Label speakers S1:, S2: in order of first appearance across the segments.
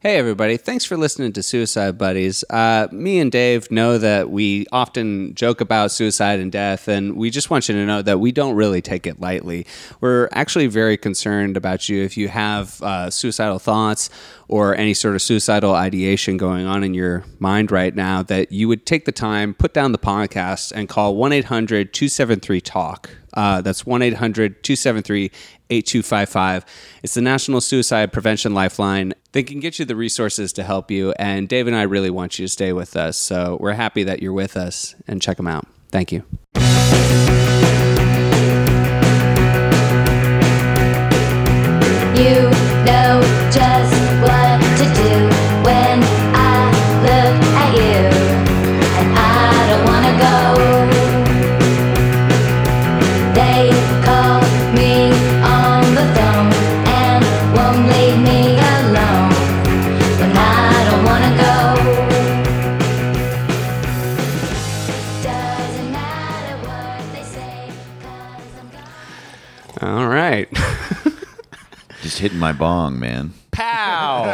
S1: Hey, everybody. Thanks for listening to Suicide Buddies. Uh, me and Dave know that we often joke about suicide and death, and we just want you to know that we don't really take it lightly. We're actually very concerned about you if you have uh, suicidal thoughts or any sort of suicidal ideation going on in your mind right now, uh, that you would take the time, put down the podcast, and call 1 800 273 TALK. Uh, that's 1 800 273 8255. It's the National Suicide Prevention Lifeline. They can get you the resources to help you. And Dave and I really want you to stay with us. So we're happy that you're with us and check them out. Thank you.
S2: You know just what to do when I look at you, and I don't wanna go. They call me on the phone and won't leave me alone when I don't wanna go. Doesn't matter what they say, 'cause I'm gonna.
S1: All right.
S3: Just hitting my bong, man.
S1: Pow!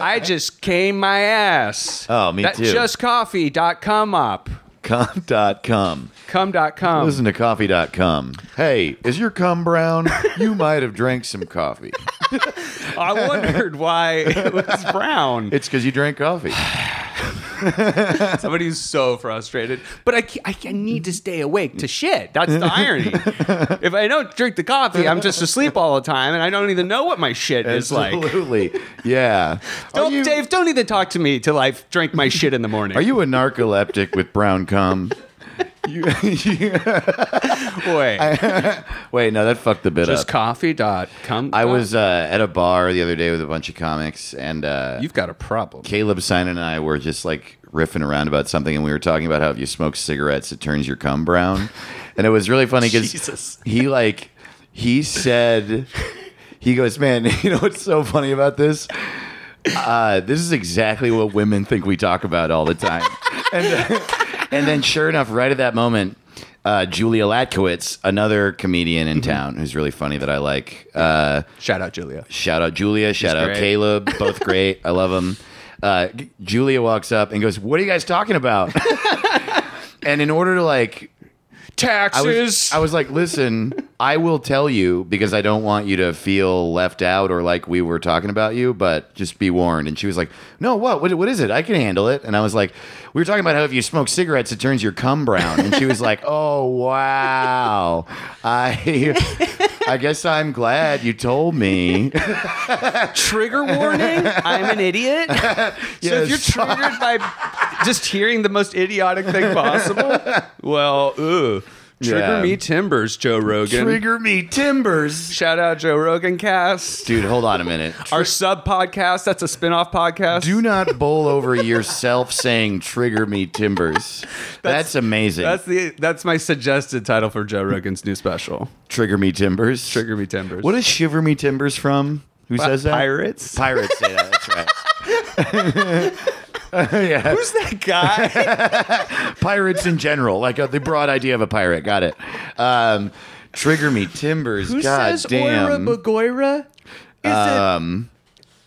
S1: I just came my ass.
S3: Oh, me
S1: that
S3: too.
S1: Justcoffee.com up.
S3: Cum.com.
S1: Come.com.
S3: Listen to coffee.com. Hey, is your cum brown? you might have drank some coffee.
S1: I wondered why it was brown.
S3: It's because you drank coffee.
S1: Somebody who's so frustrated. But I, ca- I, ca- need to stay awake to shit. That's the irony. if I don't drink the coffee, I'm just asleep all the time, and I don't even know what my shit is like.
S3: Absolutely. yeah.
S1: Don't,
S3: are you,
S1: Dave, don't even talk to me till I drink my shit in the morning.
S3: Are you a narcoleptic with brown cum? You, you-
S1: boy?
S3: wait, no, that fucked the bit
S1: just
S3: up.
S1: coffee dot come.
S3: I was uh, at a bar the other day with a bunch of comics, and uh,
S1: You've got a problem.
S3: Caleb Stein and I were just like riffing around about something, and we were talking about how if you smoke cigarettes, it turns your cum brown, and it was really funny
S1: Jesus.
S3: because he like he said he goes, man, you know what's so funny about this? Uh, this is exactly what women think we talk about all the time, and and then sure enough, right at that moment. Uh, Julia Latkowitz, another comedian in town who's really funny that I like, uh,
S1: Shout out Julia.
S3: Shout out Julia. Shout out
S1: great.
S3: Caleb. Both great. I love them. Uh, G- Julia walks up and goes, "What are you guys talking about?" and in order to like, I was,
S1: Taxes.
S3: I was like, "Listen, I will tell you because I don't want you to feel left out or like we were talking about you, but just be warned." And she was like, "No, what? What, what is it? I can handle it." And I was like, "We were talking about how if you smoke cigarettes, it turns your cum brown." And she was like, "Oh wow, I." I guess I'm glad you told me.
S1: trigger warning. I'm an idiot. So if you're
S3: Yes.
S1: triggered by just hearing the most idiotic thing possible, well, ooh, trigger
S3: Yeah.
S1: me timbers, Joe Rogan.
S3: Trigger me timbers.
S1: Shout out Joe Rogan Cast.
S3: Dude, hold on a minute.
S1: Our sub podcast, that's a spin off podcast.
S3: Do not bowl over yourself saying trigger me timbers. That's, amazing.
S1: that's the that's my suggested title for Joe Rogan's new special.
S3: trigger me timbers.
S1: Trigger me timbers.
S3: What is shiver me timbers from? Who says that?
S1: Pirates?
S3: Pirates say that. That's right. yeah.
S1: Who's that guy?
S3: Pirates in general, like uh, the broad idea of a pirate. Got it. Um, trigger me timbers.
S1: Who
S3: God
S1: says
S3: damn.
S1: Oira Bagoira? Is
S3: um,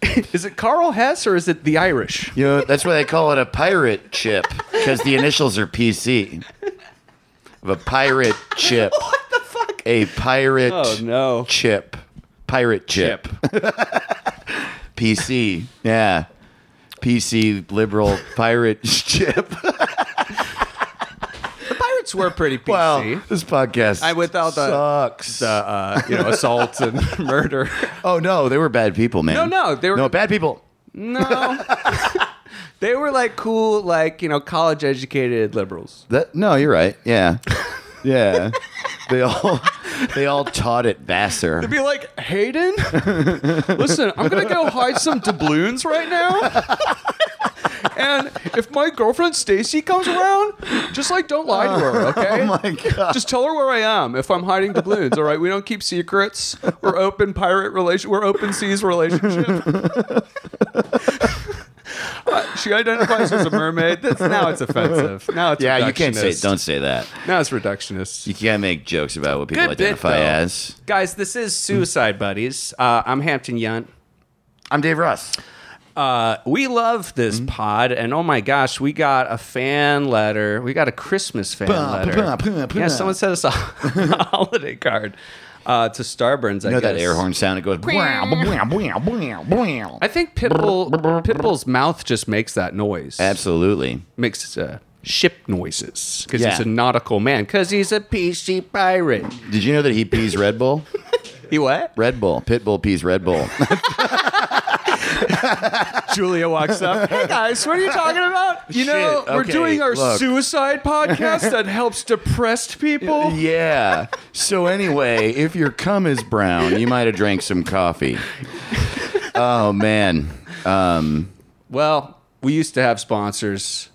S1: it is it Carl Hess or is it the Irish?
S3: you know that's why they call it a pirate chip because the initials are PC. Of a pirate chip.
S1: the fuck?
S3: a pirate
S1: Oh no.
S3: chip. Pirate chip. PC. Yeah. PC liberal pirate chip.
S1: Pirates were pretty PC.
S3: Wow. This podcast
S1: I- without the-
S3: sucks.
S1: uh, you know, assault and murder.
S3: oh no, they were bad people, man.
S1: No, no, they were-
S3: No, bad people.
S1: No. they were like cool, like, you know, college educated liberals.
S3: That no, you're right. Yeah. Yeah. they all they all taught at Vassar.
S1: Be like, Hayden, listen, I'm going to go hide some doubloons right now. and if my girlfriend Stacy comes around, just like don't lie to her, okay?
S3: Oh my god.
S1: Just tell her where I am if I'm hiding doubloons, all right? We don't keep secrets. We're open pirate relation. We're open seas relationship. Uh, she identifies as a mermaid. That's, now it's offensive. Now it's
S3: Yeah, you can't say
S1: reductionist.
S3: don't say that.
S1: Now it's reductionist.
S3: You can't make jokes about what people
S1: Good bit,
S3: identify
S1: though.
S3: as.
S1: Guys, this is Suicide Buddies. Uh, I'm Hampton Yunt.
S3: I'm Dave Ross.
S1: Uh, we love this
S3: Mm-hmm.
S1: pod, and oh my gosh, we got a fan letter. We got a Christmas fan
S3: Bah, bah,
S1: letter.
S3: bah, bah, bah.
S1: Yeah, someone sent us a holiday card uh, to Starburns. I
S3: You know that
S1: guess.
S3: air horn sound? It goes. "Wow, wow, wow, wow, wow."
S1: I think Pitbull Pitbull's mouth just makes that noise.
S3: Absolutely.
S1: Makes uh, ship noises because
S3: Yeah.
S1: he's a nautical man. Because he's a PC pirate.
S3: Did you know that he pees Red Bull?
S1: He what?
S3: Red Bull. Pitbull pees Red Bull.
S1: Julia walks up. Hey guys, what are you talking about? You know,
S3: Shit,
S1: we're
S3: okay,
S1: doing our
S3: look.
S1: suicide podcast that helps depressed people.
S3: yeah. So anyway, if your cum is brown, you might have drank some coffee. Oh man. Um,
S1: Well, we used to have sponsors.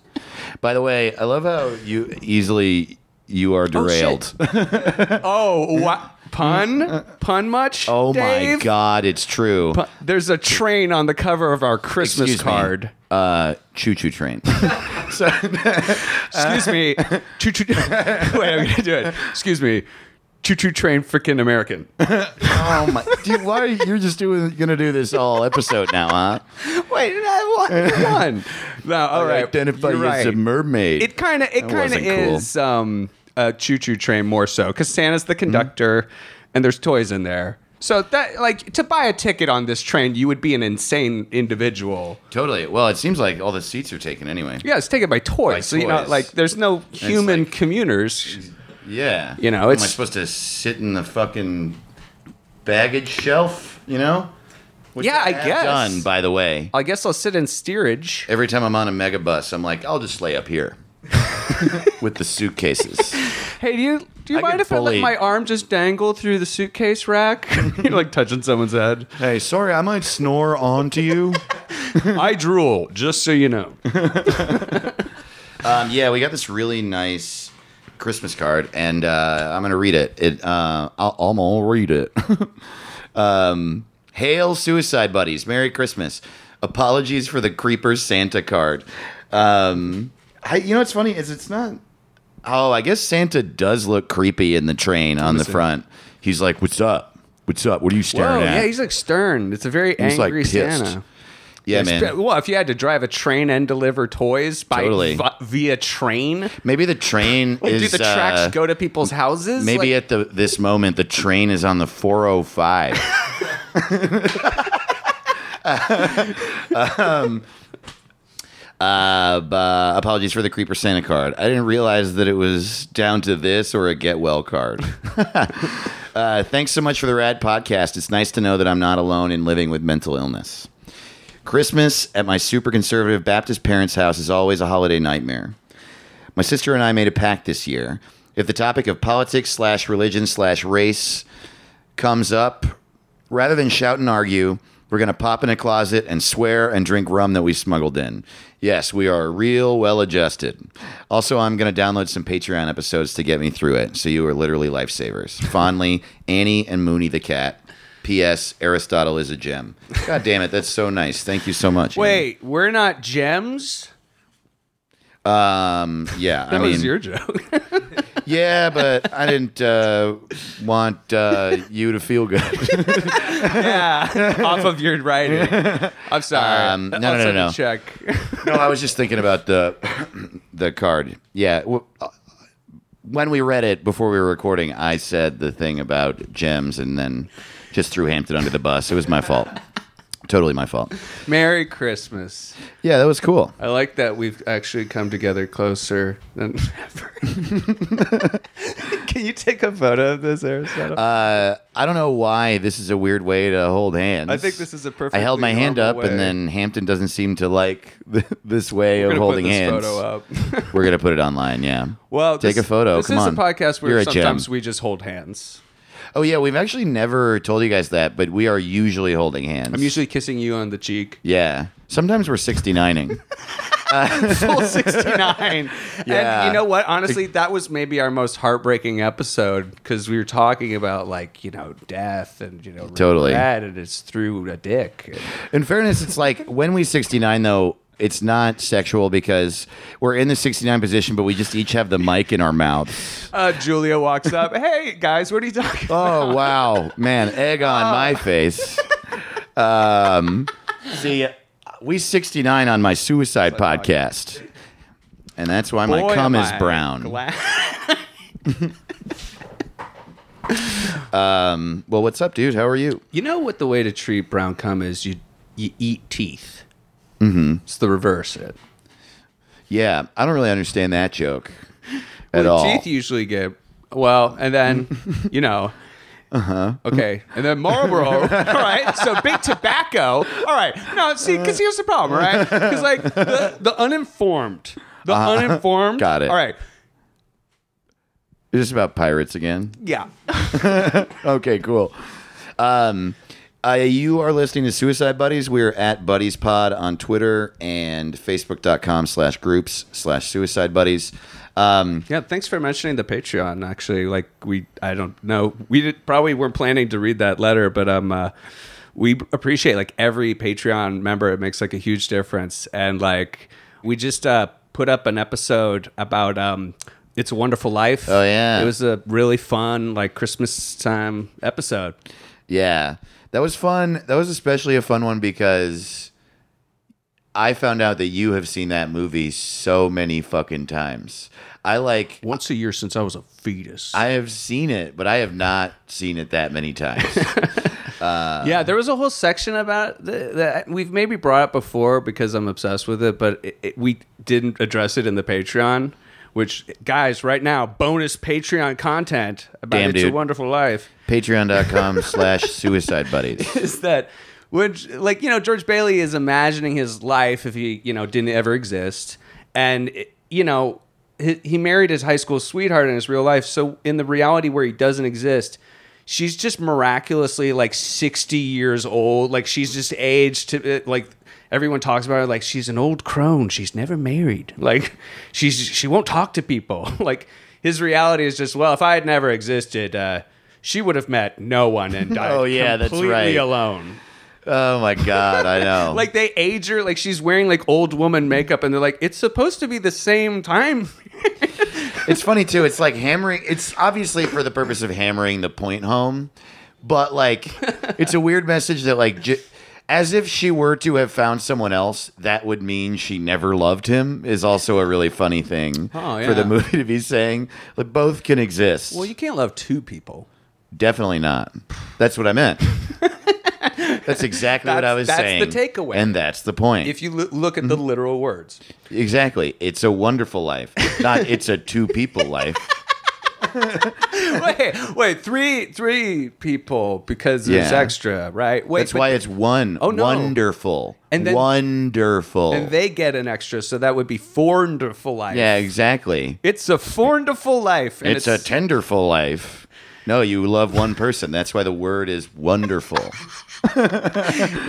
S3: by the way, I love how you easily you are derailed. Oh,
S1: Oh, what? Pun? Pun much?
S3: Oh, my
S1: Dave?
S3: god, it's true.
S1: Pun- There's a train on the cover of our Christmas
S3: Excuse me.
S1: card.
S3: Uh, choo choo train.
S1: Excuse me. Choo choo. Wait, I'm going to do it. Excuse me. Choo choo train freaking American.
S3: oh my, dude, why are you, you're just doing gonna do this all episode now, huh?
S1: Wait, I won. one. No, all right.
S3: Identify
S1: You're
S3: as a
S1: right.
S3: mermaid.
S1: It kind of it
S3: That
S1: kind of
S3: wasn't cool.
S1: is um, a choo-choo train more so because Santa's the conductor and there's toys in there. So that like to buy a ticket on this train, you would be an insane individual.
S3: totally. Well, it seems like all the seats are taken anyway.
S1: Yeah, it's taken by toys.
S3: By
S1: so you know,
S3: toys.
S1: like there's no human
S3: like-
S1: commuters.
S3: Yeah.
S1: You know,
S3: Am I
S1: it's-
S3: supposed to sit in the fucking baggage shelf? You know? Which
S1: Yeah, I
S3: have
S1: guess.
S3: Done, by the way.
S1: I guess I'll sit in steerage.
S3: Every time I'm on a mega bus, I'm like, I'll just lay up here with the suitcases.
S1: Hey, do you do you
S3: I
S1: mind
S3: get
S1: if I let
S3: bullied.
S1: my arm just dangle through the suitcase rack? You're like touching someone's head.
S3: hey, sorry, I might snore onto you.
S1: I drool, just so you know.
S3: Um, yeah, we got this really nice Christmas card, and uh, I'm gonna read it. It, uh, I'll, I'm gonna read it. um, Hail, suicide buddies! Merry Christmas. Apologies for the creeper Santa card. Um, I, you know what's funny is it's not. Oh, I guess Santa does look creepy in the train on the front. He's like, "What's up? What's up? What are you
S1: Whoa,
S3: staring at?"
S1: yeah, he's like stern. It's a very
S3: He's, like,
S1: angry
S3: pissed.
S1: Santa.
S3: yeah,
S1: It's
S3: man.
S1: be- Well, if you had to drive a train and deliver toys by
S3: Totally.
S1: vi- via train,
S3: Maybe the train
S1: like,
S3: is.
S1: do the tracks
S3: uh,
S1: go to people's houses?
S3: Maybe
S1: like,
S3: at the this moment the train is on the 405. um, uh, but apologies for the creeper Santa card. I didn't realize that it was down to this or a get well card. uh, thanks so much for the rad podcast. It's nice to know that I'm not alone in living with mental illness. Christmas at my super conservative Baptist parents' house is always a holiday nightmare. My sister and I made a pact this year. If the topic of politics slash religion slash race comes up, rather than shout and argue, we're going to pop in a closet and swear and drink rum that we smuggled in. Yes, we are real well adjusted. Also, I'm going to download some Patreon episodes to get me through it. So you are literally lifesavers. Fondly, Annie and Mooney the cat. P.S. Aristotle is a gem. God damn it, that's so nice. Thank you so much. Annie.
S1: wait, we're not gems.
S3: Um. Yeah.
S1: That
S3: I mean,
S1: was your joke.
S3: Yeah, but I didn't uh, want uh, you to feel good.
S1: yeah, off of your writing. I'm sorry.
S3: Um, no,
S1: I'll
S3: no, no,
S1: send a
S3: no.
S1: Check.
S3: no, I was just thinking about the the card. Yeah. w- uh, When we read it before we were recording, I said the thing about gems and then just threw Hampton under the bus. It was my fault. Totally my fault.
S1: Merry Christmas.
S3: Yeah, that was cool.
S1: I like that we've actually come together closer than ever. Can you take a photo of this, Aristotle?
S3: Uh, I don't know why this is a weird way to hold hands.
S1: I think this is a
S3: I
S1: perfectly
S3: held my hand up,
S1: normal way.
S3: and then Hampton doesn't seem to like th- this way
S1: We're
S3: of
S1: gonna
S3: holding
S1: put this
S3: hands.
S1: photo up.
S3: We're gonna put it online. Yeah.
S1: Well,
S3: take
S1: this-
S3: a photo.
S1: This
S3: Come
S1: is
S3: on.
S1: a podcast where
S3: You're a gem.
S1: sometimes we just hold hands.
S3: Oh yeah, we've actually never told you guys that, but we are usually holding hands.
S1: I'm usually kissing you on the cheek.
S3: Yeah. Sometimes we're 69ing.
S1: Full 69.
S3: Yeah.
S1: Oh, And you know what? Honestly, that was maybe our most heartbreaking episode because we were talking about like you know death and you know
S3: Totally.
S1: regret, and it's through a dick.
S3: In fairness, it's like when we 69 though, it's not sexual because we're in the 69 position, but we just each have the mic in our mouths.
S1: Uh, Julia walks up. Hey guys, what are you talking? about?
S3: Oh
S1: Oh.
S3: wow, man, egg on my face. Um, see, we 69 on my suicide podcast. And that's why my
S1: Boy,
S3: cum
S1: am
S3: is
S1: I
S3: brown.
S1: glad-
S3: Well, what's up, dude? How are you?
S1: You know what the way to treat brown cum is? You you eat teeth. Mm-hmm. It's the reverse. It.
S3: Yeah, I don't really understand that joke at all.
S1: Teeth usually get well, and then you know.
S3: Uh-huh.
S1: Uh huh. Okay, and then Marlboro. all right, so big tobacco. All right, no, see, because here's the problem, right? Because like the, the uninformed, the uninformed.
S3: Uh-huh. Got it.
S1: All right,
S3: Is this about pirates again?
S1: yeah.
S3: Okay, cool. Um, uh, you are listening to Suicide Buddies. We're at Buddies Pod on Twitter and Facebook.com slash groups slash Suicide Buddies. Um,
S1: Yeah, thanks for mentioning the Patreon. Actually, like we, I don't know, we did, probably weren't planning to read that letter, but um, uh, we appreciate like every Patreon member. It makes like a huge difference, and like we just uh, put up an episode about um, "It's a Wonderful Life."
S3: Oh, yeah.
S1: it was a really fun like Christmas time episode.
S3: yeah, that was fun. That was especially a fun one because I found out that you have seen that movie so many fucking times. I like
S1: Once a year since I was a fetus.
S3: I have seen it, but I have not seen it that many times.
S1: yeah, there was a whole section about the, that we've maybe brought up before because I'm obsessed with it, but it, it, we didn't address it in the Patreon. Which guys, right now, bonus Patreon content about
S3: Damn,
S1: it's
S3: dude.
S1: a wonderful life
S3: Patreon.com slash Suicide Buddies.
S1: is that when like you know George Bailey is imagining his life if he you know didn't ever exist, and you know he, he married his high school sweetheart in his real life. So in the reality where he doesn't exist, she's just miraculously like sixty years old. Like she's just aged to uh, like. Everyone talks about her like she's an old crone. She's never married. Like she's she won't talk to people. Like his reality is just well, if I had never existed, uh, she would have met no one and died.
S3: Oh, yeah, that's
S1: completely
S3: right.
S1: alone.
S3: Oh my god, I know.
S1: Like they age her, like she's wearing like old woman makeup, and they're like, it's supposed to be the same time.
S3: it's funny too. It's like hammering. It's obviously for the purpose of hammering the point home, but like, it's a weird message that like, j- as if she were to have found someone else, that would mean she never loved him. Is also a really funny thing
S1: Oh,
S3: for the
S1: yeah.
S3: movie to be saying. Like both can exist.
S1: Well, you can't love two people.
S3: Definitely not. That's what I meant. That's exactly what
S1: That's-
S3: I was
S1: that's the
S3: saying.
S1: takeaway.
S3: and that's the point.
S1: If you lo- look at the
S3: Mm-hmm.
S1: literal words,
S3: Exactly. It's a wonderful life. Not it's a two people life.
S1: wait, wait, three, three people because there's
S3: Yeah.
S1: extra, right? Wait,
S3: That's
S1: but-
S3: why it's one.
S1: Oh, no.
S3: Wonderful.
S1: And then-
S3: wonderful.
S1: and they get an extra, so that would be wonderful life.
S3: yeah, exactly.
S1: it's a wonderful life. and
S3: It's, a tenderful life. No, you love one person. That's why the word is wonderful.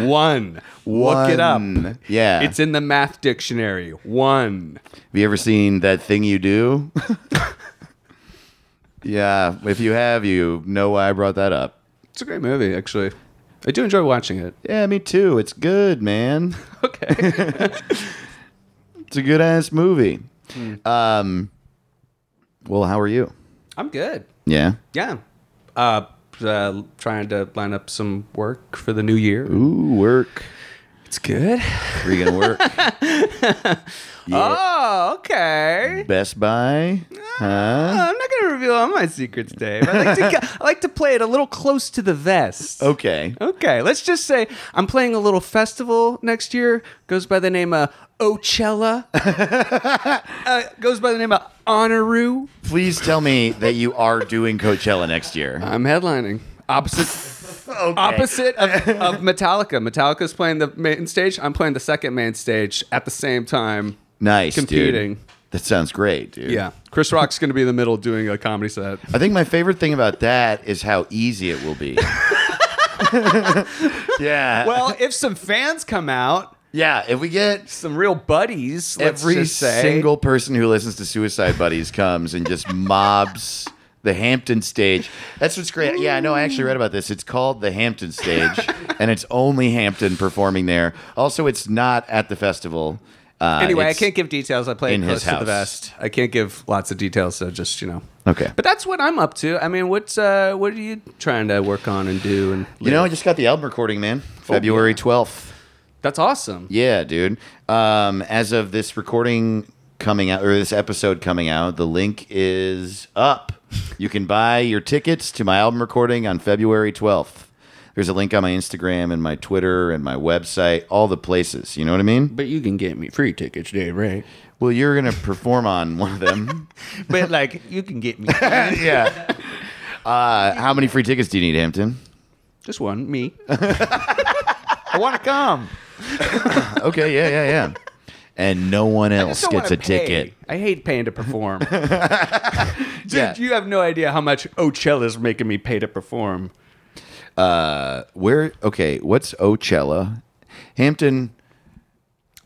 S1: one. Look it up.
S3: One. Yeah.
S1: It's in the math dictionary. One.
S3: Have you ever seen that thing you do? yeah. If you have, you know why I brought that up.
S1: It's a great movie, actually. I do enjoy watching it.
S3: Yeah, me too. It's good, man.
S1: Okay.
S3: It's a good ass movie.
S1: Hmm.
S3: Um, well, how are you?
S1: I'm good.
S3: Yeah.
S1: Yeah. Uh, uh, trying to line up some work for the new year.
S3: Ooh, work.
S1: It's good.
S3: Where you gonna work? yeah.
S1: Oh, okay.
S3: Best Buy. Huh?
S1: I'm not gonna reveal all my secrets, Dave. I like to, I like to play it a little close to the vest.
S3: Okay.
S1: Okay, let's just say I'm playing a little festival next year. Goes by the name of Ocella. uh, goes by the name of Honoru.
S3: Please tell me that you are doing Coachella next year.
S1: I'm headlining. Opposite. Opposite of, of Metallica. Metallica's playing the main stage. I'm playing the second main stage at the same time.
S3: Nice,
S1: Competing.
S3: dude. That sounds great, dude.
S1: Yeah. Chris Rock's going to be in the middle doing a comedy set.
S3: I think my favorite thing about that is how easy it will be. yeah.
S1: Well, if some fans come out,
S3: yeah. If we get
S1: some real buddies, let's
S3: every
S1: just say,
S3: single person who listens to Suicide Buddies comes and just mobs the Hampton stage. That's what's great. Yeah, I know. I actually read about this. It's called the Hampton stage, and it's only Hampton performing there. Also, it's not at the festival. Uh,
S1: Anyway, I
S3: it's-
S1: can't give details. I play
S3: in
S1: it close
S3: his
S1: to
S3: house.
S1: the vest. I can't give lots of details, so just, you know.
S3: Okay.
S1: But that's what I'm up to. I mean, what's uh, what are you trying to work on and do? And Oh,
S3: You know, I just got the album recording, man. February twelfth.
S1: That's awesome.
S3: Yeah, dude. Um, as of this recording coming out or this episode coming out, the link is up. You can buy your tickets to my album recording on February 12th. There's a link on my Instagram and my Twitter and my website, all the places. You know what I mean?
S1: But you can get me free tickets, Dave, right?
S3: Well, you're going to perform on one of them.
S1: But like, you can get me
S3: yeah. Uh, how many free tickets do you need, Hampton?
S1: just one, me.
S4: I want to come.
S3: Okay, yeah, yeah, yeah. And no one else
S4: Just don't
S3: gets a
S4: wanna pay.
S3: ticket.
S1: I hate paying to perform. Dude,
S3: Yeah.
S1: you have no idea how much Ocella's making me pay to perform.
S3: Where? Okay, what's Ocella? Hampton.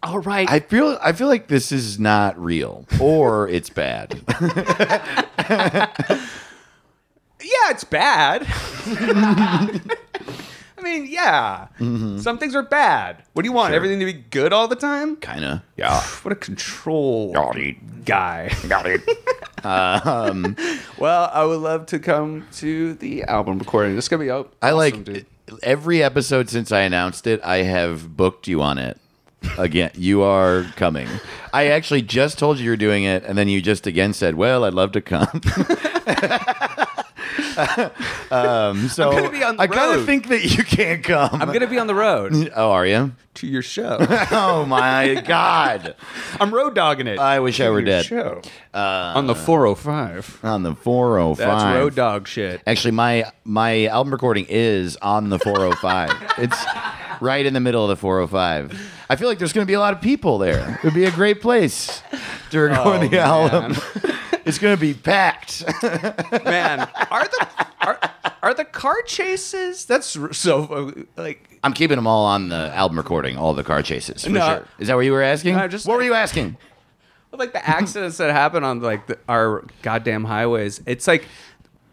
S1: All right.
S3: I feel I feel like this is not real or it's bad.
S4: Yeah, it's bad. I mean, yeah.
S3: Mm-hmm.
S4: Some things are bad. What do you want? Everything to be good all the time?
S3: kind of.
S4: Yeah. What a control guy.
S3: Got it. Um,
S1: well, I would love to come to the album recording. This is gonna be out.
S3: I like
S1: dude.
S3: every episode since I announced it, I have booked you on it. Again, you are coming. I actually just told you you're doing it and then you just again said, "Well, I'd love to come." um, so
S1: gonna be on the
S3: I kind
S1: road.
S3: of think that you can't come.
S1: I'm gonna be on the road
S3: oh, are you?
S1: to your show.
S3: Oh my god.
S4: I'm road dogging it.
S3: I wish I were dead.
S4: Show.
S1: on the 405.
S3: On the 405.
S4: That's road dog shit.
S3: Actually, my my album recording is on the 405. it's right in the middle of the 405. I feel like there's going to be a lot of people there. It would be a great place to
S1: Oh,
S3: record the album. it's going to be packed.
S1: Man, are the are, are the car chases? That's r- so uh, like
S3: I'm keeping them all on the album recording, all the car chases. For
S1: No.
S3: sure. Is that what you were asking?
S1: No, just-
S3: what were you asking?
S1: like the accidents that happen on like the, our goddamn highways. It's like,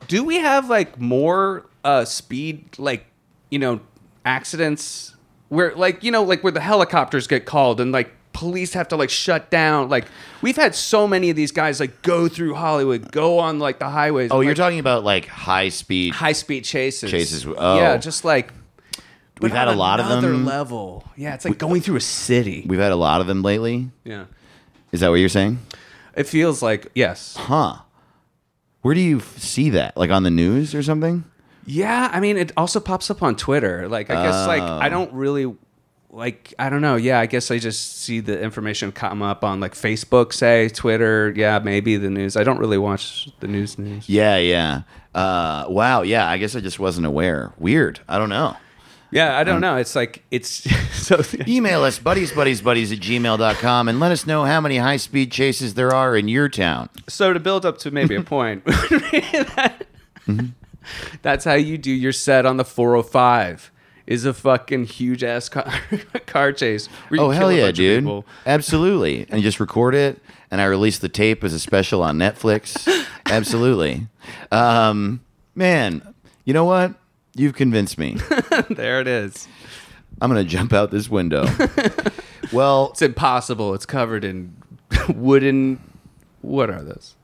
S1: do we have like more uh speed like you know accidents where like you know like where the helicopters get called and like police have to like shut down like we've had so many of these guys like go through hollywood go on like the highways
S3: Oh,
S1: like,
S3: you're talking about like high speed.
S1: high speed chases.
S3: Chases, oh.
S1: Yeah, just like but
S3: We've had
S1: on
S3: a lot of
S1: another
S3: them.
S1: level. Yeah, it's like going through a city.
S3: We've had a lot of them lately.
S1: Yeah.
S3: Is that what you're saying?
S1: It feels like yes.
S3: Huh. Where do you f- see that? Like on the news or something?
S1: Yeah, I mean it also pops up on Twitter. Like I guess like
S3: Oh.
S1: I don't really like I don't know. Yeah, I guess I just see the information come up on like Facebook, say Twitter. Yeah, maybe the news. I don't really watch the news news.
S3: Yeah, yeah. Uh, wow, yeah. I guess I just wasn't aware. Weird. I don't know.
S1: Yeah, I
S3: Um,
S1: don't know. It's like it's so
S3: Email us, buddies, buddies, buddies at gmail.com, and let us know how many high speed chases there are in your town.
S1: so to build up to maybe a point that-
S3: Mm-hmm.
S1: that's how you do your set on the 405 is a fucking huge ass car, car chase where you
S3: Oh, hell
S1: kill a
S3: yeah,
S1: bunch of
S3: dude.
S1: people.
S3: Absolutely. And just record it, and I release the tape as a special on Netflix. Absolutely. Um, man, you know what? You've convinced me.
S1: there it is
S3: I'm going to jump out this window. well,
S1: it's impossible it's covered in wooden what are those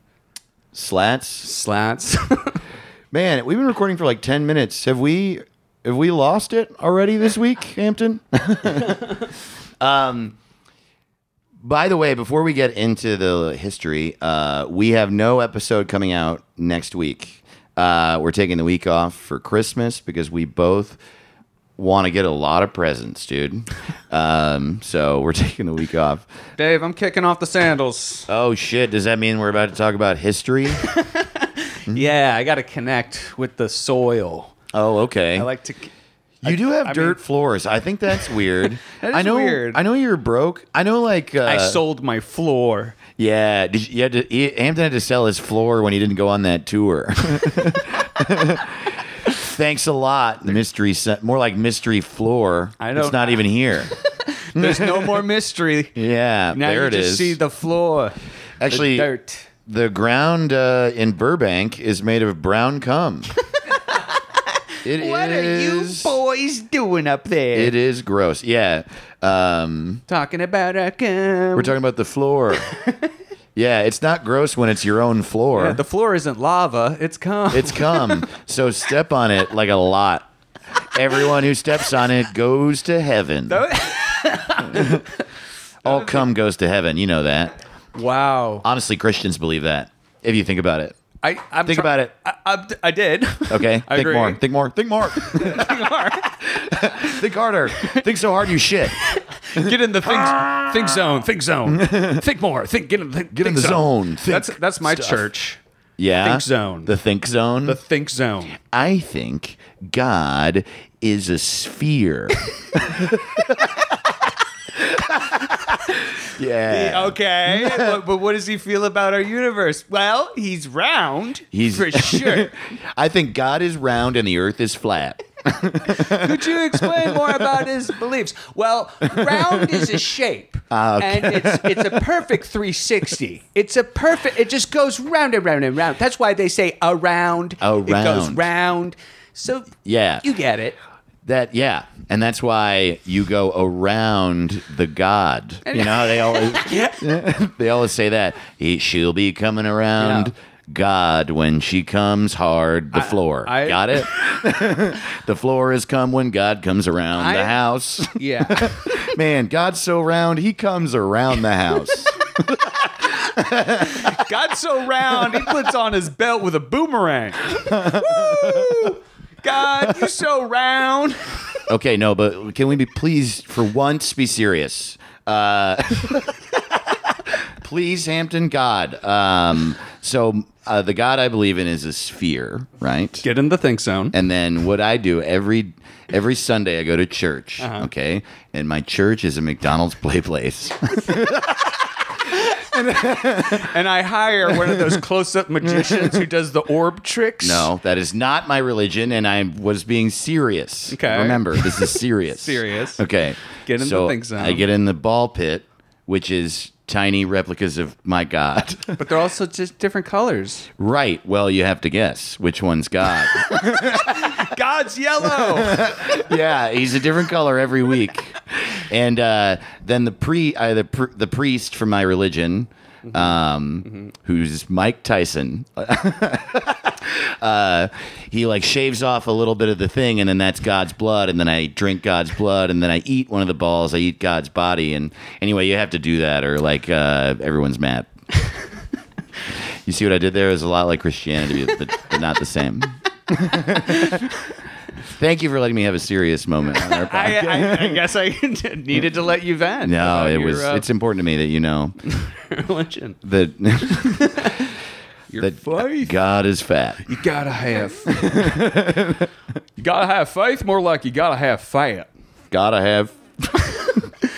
S3: slats.
S1: slats
S3: Man, we've been recording for like 10 minutes. Have we have we lost it already this week, Hampton? um by the way, before we get into the history, uh, we have no episode coming out next week. Uh, we're taking the week off for Christmas because we both want to get a lot of presents, dude. Um, so we're taking the week off.
S1: dave i'm kicking off the sandals
S3: Oh shit! Does that mean we're about to talk about history? Mm-hmm.
S1: yeah i gotta connect with the soil
S3: oh, okay.
S1: i like to
S3: You do have
S1: I
S3: dirt
S1: mean-
S3: floors. I think that's weird.
S1: That is
S3: I know.
S1: weird.
S3: I know you're broke. I know, like uh,
S1: i sold my floor
S3: Yeah, did you, you had to, he- Hampton had to sell his floor when he didn't go on that tour. Thanks a lot, mystery. se- More like mystery floor.
S1: I
S3: It's
S1: don't-
S3: not even here.
S1: there's no more mystery
S3: Yeah,
S1: now
S3: there
S1: you
S3: it
S1: just
S3: is.
S1: see the floor
S3: Actually,
S1: the dirt
S3: the ground uh, in Burbank is made of brown cum. It is-
S1: boys doing up there?
S3: It is gross. Yeah. Um,
S1: talking about a cum.
S3: We're talking about the floor. yeah, it's not gross when it's your own floor.
S1: the floor isn't lava; it's cum.
S3: it's cum. so step on it like a lot. Everyone who steps on it goes to heaven. All cum goes to heaven. You know that.
S1: Wow.
S3: Honestly, Christians believe that. If you think about it.
S1: I I'm
S3: Think about it.
S1: I, I, I did.
S3: Okay.
S1: I
S3: think
S1: agree.
S3: more. Think more. Think more. think harder. Think so hard you shit.
S1: Get in the think think zone. Think zone. think more. Think. Get in. Think,
S3: Get in
S1: think
S3: the zone. Ah. Think
S1: That's that's my
S3: stuff.
S1: church.
S3: Yeah.
S1: think zone.
S3: The think zone.
S1: The think zone.
S3: I think God is a sphere. yeah.
S1: Okay, but, but what does he feel about our universe? Well, he's round.
S3: He's-
S1: for sure.
S3: I think God is round and the earth is flat.
S1: Could you explain more about his beliefs? Well, round is a shape,
S3: Ah,
S1: and it's it's a perfect 360. It's a perfect. It just goes round and round and round. That's why they say around. It goes
S3: Around.
S1: round. So
S3: Yeah.
S1: you get it.
S3: That yeah, and that's why you go around the God. You know how they always they always say that he, she'll be coming around God when she comes hard the floor.
S1: I-
S3: Got it? the floor is come when God comes around
S1: I-
S3: the house.
S1: Yeah.
S3: Man, God's so round, he comes around the house.
S1: Got so round, he puts on his belt with a boomerang. Woo! God, you so round.
S3: okay, no, but can we be please for once be serious? Uh, please, Hampton God. Um, so uh, the God I believe in is a sphere, right?
S1: Get in the think zone.
S3: And then what I do every every Sunday, I go to church.
S1: Uh-huh.
S3: Okay, and my church is a McDonald's play place.
S1: And I hire one of those close up magicians who does the orb tricks.
S3: No, that is not my religion, and I was being serious.
S1: Okay.
S3: Remember, this is serious.
S1: Serious.
S3: Okay.
S1: Get in the
S3: so
S1: think zone.
S3: I get in the ball pit, which is tiny replicas of my God.
S1: But they're also just different colors.
S3: right. Well, you have to guess which one's God.
S1: God's yellow.
S3: yeah, he's a different color every week. And uh, then the pre uh, the pr- the priest from my religion, um, who's Mike Tyson. uh, he like shaves off a little bit of the thing, and then that's God's blood. And then I drink God's blood, and then I eat one of the balls. I eat God's body. And anyway, you have to do that, or like uh, everyone's mad. you see what I did there? It was a lot like Christianity, but, but not the same. Thank you for letting me have a serious moment on our podcast.
S1: I, I, I guess I needed to let you vent.
S3: No,
S1: about
S3: it
S1: your,
S3: was.
S1: uh,
S3: It's important to me that you know
S1: religion.
S3: that
S1: Your
S3: that
S1: faith.
S3: God is fat.
S1: You gotta have. you gotta have faith. More like you gotta have fat.
S3: Gotta have,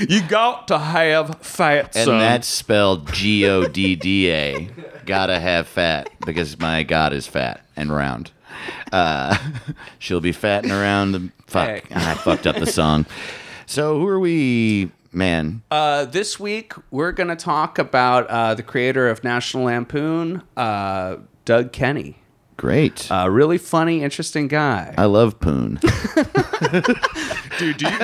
S1: You got to have fat.
S3: and
S1: son.
S3: that's spelled G O D D A. Gotta have fat because my God is fat and round. Uh, she'll be fat and around the fuck.
S1: Heck.
S3: I fucked up the song. So who are we, man?
S1: Uh, this week, we're going to talk about uh, the creator of National Lampoon, uh, Doug Kenny.
S3: Great.
S1: A really funny, interesting guy.
S3: I love Poon.
S1: Dude, do you,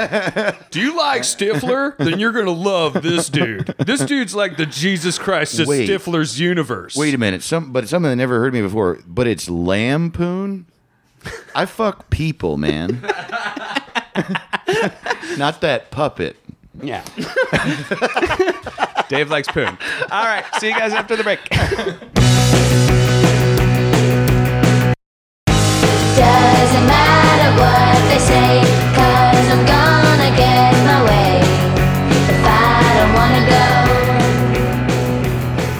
S1: do you like Stifler? Then you're going to love this dude. This dude's like the Jesus Christ of
S3: Wait.
S1: Stifler's universe.
S3: Wait a minute. Some, but something that never heard me before. But it's lampoon. I fuck people, man. Not that puppet.
S1: Yeah. Dave likes poon. All right. See you guys after the break.
S2: Doesn't matter what they say, cause I'm gonna get my way. If I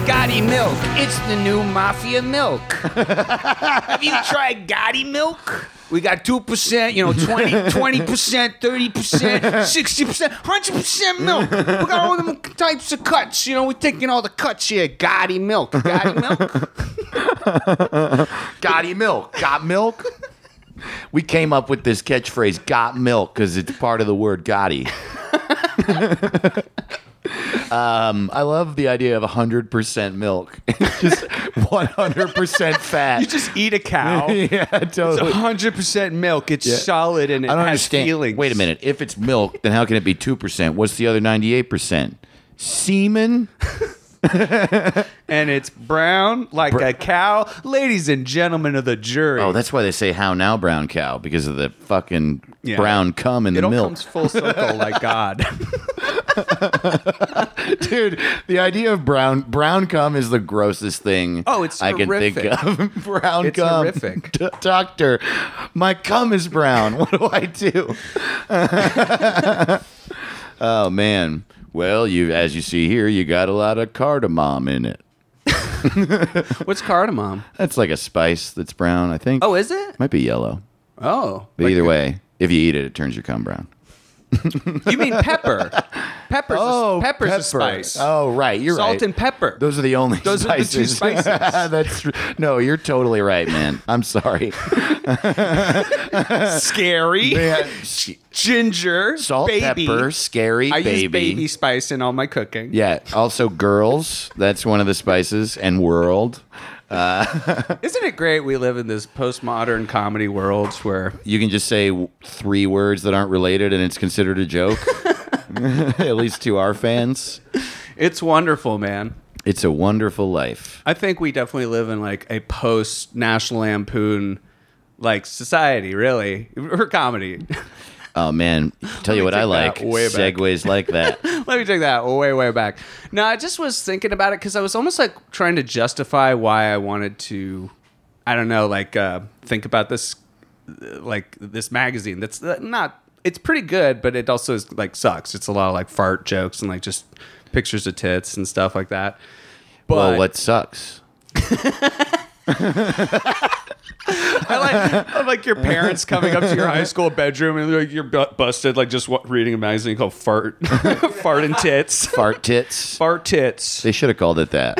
S2: don't wanna go,
S1: Gotti milk. It's the new mafia milk. Have you tried Gotti milk? We got 2%, you know, 20, 20%, 30%, 60%, 100% milk. We got all them types of cuts. You know, we're taking all the cuts here. Gotti milk. Gotti milk.
S3: Gotti milk. Got milk. We came up with this catchphrase "Got milk" because it's part of the word "Gotti." um, I love the idea of 100% milk, just 100% fat.
S1: just eat a cow.
S3: yeah, totally.
S1: 100% milk. It's solid and it
S3: I don't understand. Wait a minute. If it's milk, then how can it be two percent? What's the other ninety-eight percent? Semen.
S1: and it's brown like a cow. Ladies and gentlemen of the jury.
S3: Oh, that's why they say "How now, brown cow" because of the fucking
S1: Yeah.
S3: brown cum in
S1: it
S3: the
S1: all
S3: milk.
S1: comes full circle like God.
S3: Dude, the idea of brown brown cum is the grossest thing.
S1: Oh, it's
S3: I can think of. brown
S1: It's
S3: cum.
S1: horrific.
S3: D- doctor, my cum is brown. What do I do? oh man. Well, you as you see here, you got a lot of cardamom in it.
S1: What's cardamom?
S3: That's like a spice that's brown, I think.
S1: Oh, is it?
S3: might be yellow.
S1: Oh,
S3: But either way, if you eat it, it turns your cum brown.
S1: you mean pepper? Pepper's a, pepper's a spice.
S3: Oh, right. You're
S1: Salt
S3: right.
S1: and pepper.
S3: Those are the only
S1: Those are the two spices.
S3: spices. That's true. No, you're totally right, man. I'm sorry.
S1: Scary.
S3: Man,
S1: Ginger.
S3: Salt,
S1: baby.
S3: pepper, scary,
S1: I
S3: baby.
S1: use baby spice in all my cooking.
S3: Yeah. Also, girls. That's one of the spices. And world.
S1: Isn't it great we live in this postmodern comedy world where
S3: You can just say w- three words that aren't related, and it's considered a joke. At least to our fans,
S1: it's wonderful, man.
S3: it's a wonderful life.
S1: I think we definitely live in like a post National Lampoon like society, really, for comedy.
S3: Oh man, tell you what I
S1: take
S3: like.
S1: that way back.
S3: Segues like that.
S1: Let me take that way, way back. No, I just was thinking about it because I was almost like trying to justify why I wanted to, I don't know, like uh, think about this, uh, like this magazine that's uh, not, it's pretty good, but it also is like sucks. It's a lot of like fart jokes and like just pictures of tits and stuff like that. But
S3: well, what sucks?
S1: I like, I like your parents coming up to your high school bedroom and like you're bu- busted, like just wa- reading a magazine called Fart, Fart and Tits,
S3: Fart tits.
S1: Fart Tits.
S3: They should have called it that.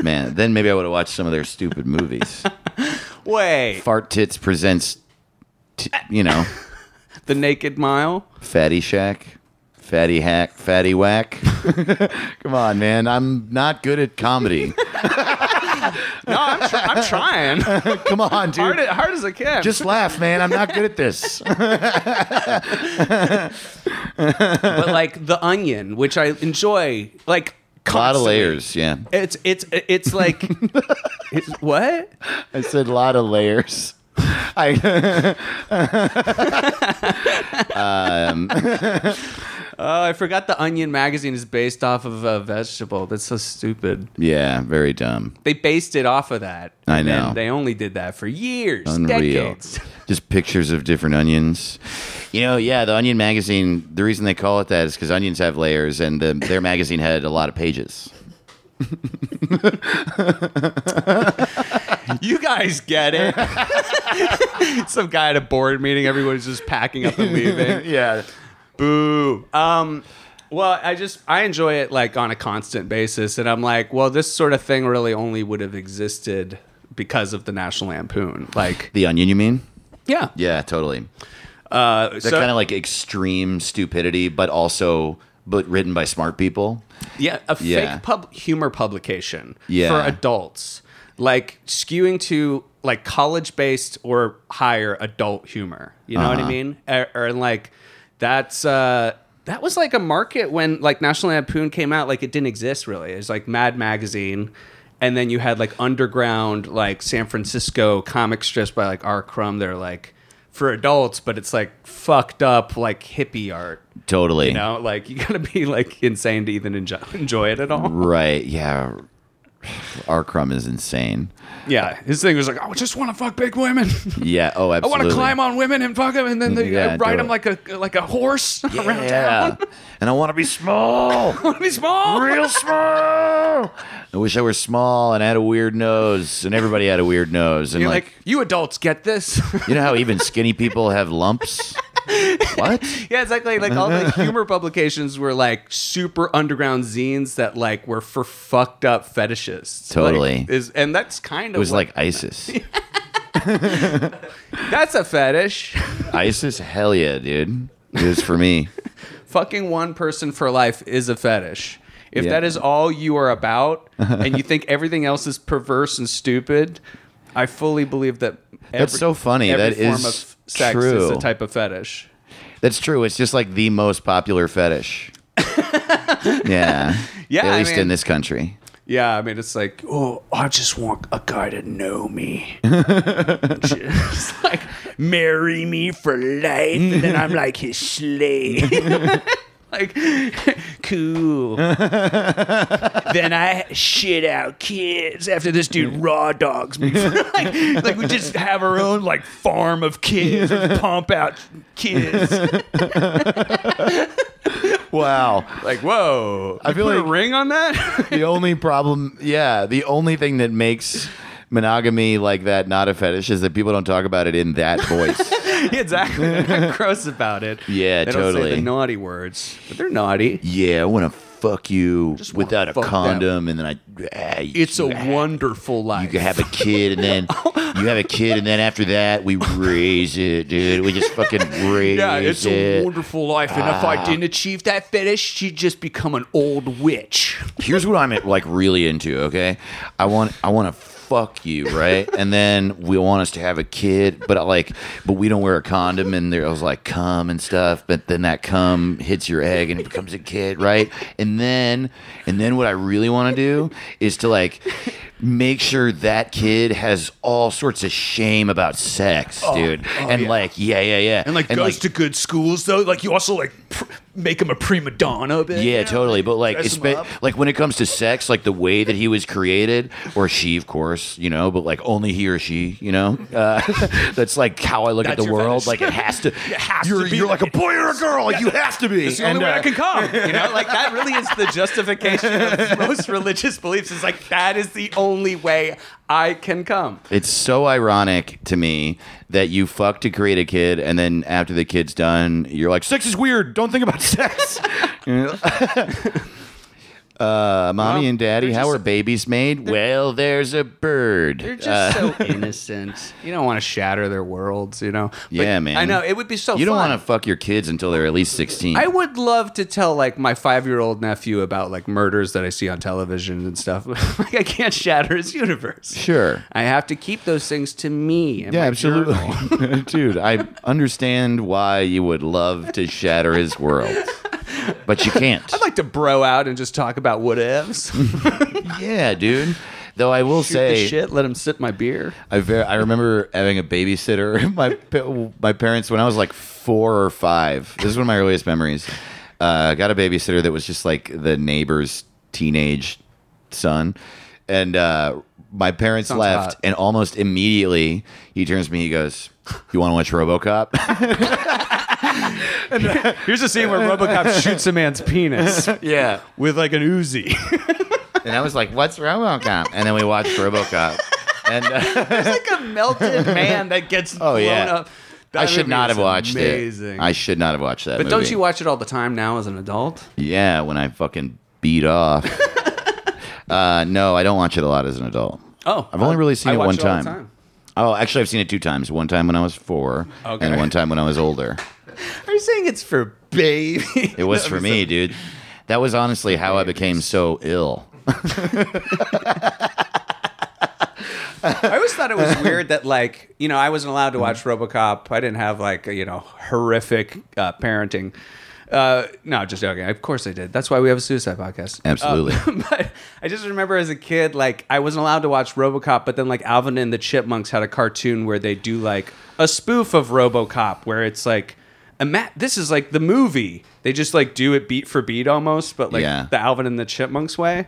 S3: Man, then maybe I would have watched some of their stupid movies.
S1: Wait,
S3: Fart Tits presents, t- you know,
S1: the Naked Mile.
S3: Fatty Shack, Fatty Hack, Fatty Whack. Come on, man. I'm not good at comedy.
S1: No, I'm, tr- I'm trying.
S3: Come on,
S1: Hard,
S3: dude.
S1: hard as I can.
S3: Just laugh, man. I'm not good at this.
S1: but like the onion, which I enjoy, like
S3: A lot of
S1: constantly.
S3: layers, yeah.
S1: It's it's it's like it's, what?
S3: I said a lot of layers. I,
S1: Oh, I forgot the Onion magazine is based off of a vegetable. That's so stupid.
S3: yeah, very dumb.
S1: They based it off of that.
S3: I
S1: And then
S3: know.
S1: They only did that for years,
S3: Unreal.
S1: decades.
S3: Just pictures of different onions. You know, yeah, the Onion magazine, the reason they call it that is because onions have layers, and the, their magazine had a lot of pages.
S1: You guys get it. Some guy at a board meeting, everyone's just packing up and leaving.
S3: Yeah.
S1: Boo. Um, well, I just I enjoy it like on a constant basis, and I'm like, well, this sort of thing really only would have existed because of the National Lampoon. Like,
S3: The Onion, you mean?
S1: yeah,
S3: Yeah, totally.
S1: Uh,
S3: That
S1: so-
S3: kind of like extreme stupidity, but also but written by smart people.
S1: yeah, a
S3: Yeah.
S1: fake pub- humor publication
S3: Yeah.
S1: for adults, like skewing to like college-based or higher adult humor. You know what
S3: Uh-huh.
S1: I mean? Or, or like that's. uh that was like a market when like National Lampoon came out, like it didn't exist really. It was like Mad Magazine, and then you had like underground like San Francisco comic strips by like R. Crumb. They're like for adults, but it's like fucked up like hippie art.
S3: Totally.
S1: You know, like you gotta be like insane to even enjoy, enjoy it at all.
S3: Right. Yeah. Our crumb is insane.
S1: Yeah, his thing was like, "Oh, I just want to fuck big women.
S3: Yeah. Oh,
S1: I
S3: absolutely.
S1: want to climb on women and fuck them, and then they uh,
S3: Yeah,
S1: ride
S3: do
S1: them
S3: it.
S1: like a like a horse around
S3: Yeah.
S1: town.
S3: and I want to be small.
S1: Be small.
S3: Real small. I wish I were small and I had a weird nose, and everybody had a weird nose, and
S1: You're
S3: like,
S1: like, you adults get this.
S3: you know how even skinny people have lumps. what?
S1: yeah, exactly. Like all the humor publications were like super underground zines that like were for fucked up fetishes.
S3: Totally.
S1: Like, is and that's kind of
S3: It was
S1: what-
S3: like ISIS.
S1: that's a fetish.
S3: ISIS, hell yeah, dude. It was for me.
S1: fucking one person for life is a fetish. If
S3: Yeah.
S1: that is all you are about and you think everything else is perverse and stupid, I fully believe that
S3: That's so funny.
S1: Every
S3: That
S1: form
S3: is
S1: of sex is a
S3: true.
S1: type of fetish.
S3: That's true. It's just like the most popular fetish. yeah.
S1: Yeah,
S3: at
S1: I
S3: least
S1: mean-
S3: in this country.
S1: Yeah, I mean, it's like, oh, I just want a guy to know me. just like, marry me for life. And then I'm like his slave. like, cool. then I shit out kids after this dude raw dogs me. like, like, we just have our own, like, farm of kids, and pump out kids.
S3: Wow.
S1: like, whoa. I
S3: feel
S1: put a
S3: like-
S1: ring on that?
S3: the only problem, yeah, the only thing that makes monogamy like that not a fetish is that people don't talk about it in that voice.
S1: Yeah, exactly. They're not gross about it.
S3: Yeah,
S1: they Don't say
S3: totally.
S1: the naughty words, but they're naughty.
S3: yeah, I want to fuck you
S1: Just wanna
S3: without a
S1: fuck that-
S3: condom, and then I. ah, you-
S1: It's a
S3: ah,
S1: wonderful
S3: You
S1: life.
S3: can have a kid, and then you have a kid, and then after that, we raise it, dude. We just fucking raise
S1: yeah, it's a
S3: it. uh,
S1: wonderful life, and if I didn't achieve that fetish, she'd just become an old witch.
S3: here's what I'm like really into. Okay, I want I want to fuck you, right? And then we want us to have a kid, but I like, but we don't wear a condom, and there was like cum and stuff. But then that cum hits your egg, and it becomes a kid, right? And then and then what I really want to do is to like. Make sure that kid has all sorts of shame about sex, dude, and like, yeah, yeah, yeah,
S5: Oh, And like goes to good schools though. Like you also like pr- make him a prima donna. A bit,
S3: Yeah,
S5: you know?
S3: totally. But like,
S5: dress
S3: it's
S5: 'em
S3: been-
S5: up.
S3: like when it comes to sex, like the way that he was created, or she, of course, you know, but like only he or she, you know, uh, that's like how I look
S5: That's
S3: at the
S5: your
S3: world.
S5: fetish.
S3: Like it has to.
S5: has
S3: you're
S5: to be
S3: you're like a
S5: like-
S3: boy or a girl. You have to be.
S5: It's the only
S3: And,
S5: way I
S3: uh,
S5: can come.
S1: You know, like that really is the justification of most religious beliefs. It's like that is the only way I can come.
S3: It's so ironic to me that you fuck to create a kid, and then after the kid's done, you're like, sex is weird. Don't think about sex. You know? uh, mommy
S1: Well,
S3: and daddy,
S1: they're
S3: how
S1: just-
S3: are babies made? Well, there's a bird.
S1: They're
S3: Uh,
S1: just so innocent. You don't want to shatter their worlds, you know. But
S3: Yeah, man.
S1: I know it would be so.
S3: You don't
S1: fun.
S3: want to fuck your kids until they're at least 16.
S1: I would love to tell like my five year old nephew about like murders that I see on television and stuff. like I can't shatter his universe.
S3: sure.
S1: I have to keep those things to me. and
S3: Yeah,
S1: my journal.
S3: absolutely. Dude, I understand why you would love to shatter his world. But you can't.
S1: I'd like to bro out and just talk about what ifs. Shoot
S3: yeah, dude. Though I will
S1: the
S3: Mm, say
S1: shit. Let him sip my beer.
S3: I ver- I remember having a babysitter. My pa- my parents when I was like four or five. This is one of my earliest memories. Uh, got a babysitter that was just like the neighbor's teenage son, and uh, my parents
S1: Sounds
S3: left.
S1: hot.
S3: And almost immediately, he turns to me. He goes, "You want to watch RoboCop?"
S1: Here's a scene where RoboCop shoots a man's penis
S3: yeah.
S1: with like an Uzi.
S3: And I was like, "What's RoboCop?" And then we watched RoboCop. And uh,
S1: like a melted man that gets
S3: Oh,
S1: blown
S3: yeah.
S1: up.
S3: I
S1: That
S3: should
S1: movie
S3: not
S1: is
S3: have watched
S1: amazing.
S3: it. I should not have watched that.
S1: But don't
S3: movie.
S1: you watch it all the time now as an adult?
S3: Yeah, when I fucking beat off. uh, no, I don't watch it a lot as an adult.
S1: Oh,
S3: I've only really seen
S1: I
S3: it
S1: watch
S3: one
S1: all the
S3: time. Oh, actually, I've seen it two times. One time when I was four,
S1: Okay.
S3: and one time when I was older.
S1: Are you saying it's for baby?
S3: It was for me, dude. That was honestly how I became so ill.
S1: I always thought it was weird that like you know I wasn't allowed to watch RoboCop. I didn't have like you know horrific uh, parenting. Uh, no, just joking. Of course I did. That's why we have a suicide podcast.
S3: Absolutely.
S1: Um, but I just remember as a kid, like I wasn't allowed to watch RoboCop, but then like Alvin and the Chipmunks had a cartoon where they do like a spoof of RoboCop, where it's like, ima- this is like the movie. They just like do it beat for beat almost, but like
S3: Yeah.
S1: the Alvin and the Chipmunks way.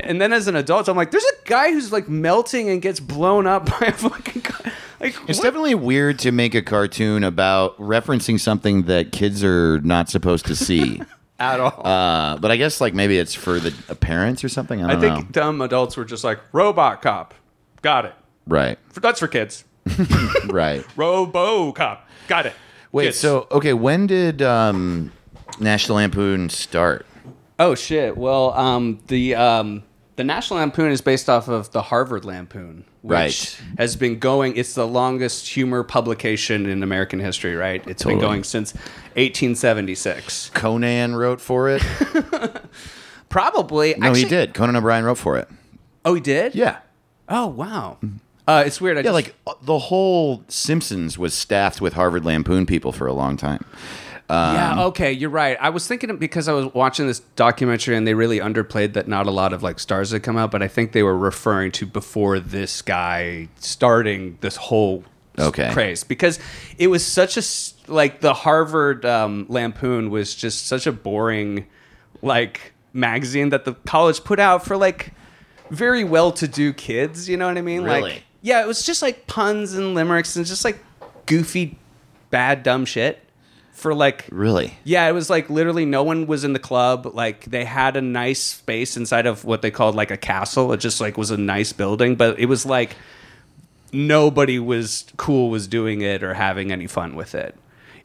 S1: And then as an adult, I'm like, there's a guy who's like melting and gets blown up by a fucking car. Like,
S3: It's
S1: what?
S3: definitely weird to make a cartoon about referencing something that kids are not supposed to see.
S1: at all.
S3: uh, but I guess like maybe it's for the parents or something. I
S1: I
S3: don't
S1: think
S3: know.
S1: dumb adults were just like, Robot Cop. Got it.
S3: Right.
S1: That's for kids.
S3: Right.
S1: RoboCop. Got it.
S3: Wait,
S1: Kids.
S3: so okay, when did um, National Lampoon start?
S1: Oh shit! Well, um, the um, the National Lampoon is based off of the Harvard Lampoon, which
S3: Right.
S1: has been going. It's the longest humor publication in American history, right? It's been
S3: Totally.
S1: going since 1876.
S3: Conan wrote for it.
S1: Probably.
S3: No,
S1: actually,
S3: he did. Conan O'Brien wrote for it.
S1: Oh, he did.
S3: Yeah,
S1: Oh, wow. Uh, it's weird. I
S3: Mm-hmm. yeah.
S1: just,
S3: Like uh, the whole Simpsons was staffed with Harvard Lampoon people for a long time.
S1: yeah, okay, you're right. I was thinking because I was watching this documentary and they really underplayed that not a lot of like stars had come out, but I think they were referring to before this guy starting this whole s-
S3: Okay.
S1: craze because it was such a s- like the Harvard um, Lampoon was just such a boring like magazine that the college put out for like very well-to-do kids. You know what I mean? Like
S3: Really?
S1: yeah, it was just like puns and limericks and just like goofy, bad, dumb shit for like
S3: Really?
S1: yeah, it was like literally no one was in the club. Like they had a nice space inside of what they called like a castle. It just like was a nice building, but it was like nobody was cool was doing it or having any fun with it.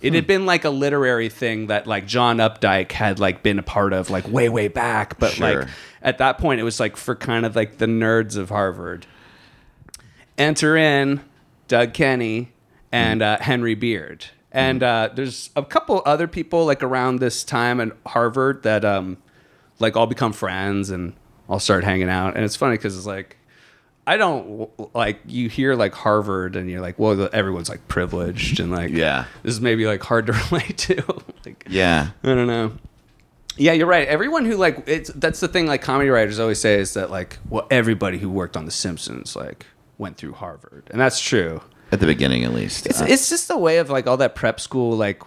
S1: It had been like a literary thing that like John Updike had like been a part of like way way back, but
S3: Sure.
S1: like at that point it was like for kind of like the nerds of Harvard. Enter in Doug Kenny and uh, Henry Beard. And uh, there's a couple other people like around this time at Harvard that um, like all become friends and all start hanging out. And it's funny because it's like I don't like you hear like Harvard and you're like, well, everyone's like privileged and like
S3: Yeah.
S1: this is maybe like hard to relate to. like,
S3: Yeah.
S1: I don't know. Yeah, you're right. Everyone who like it's that's the thing like comedy writers always say is that like well everybody who worked on The Simpsons like went through Harvard, and that's true.
S3: At the beginning, at least.
S1: It's
S3: Uh,
S1: it's just the way of like all that prep school like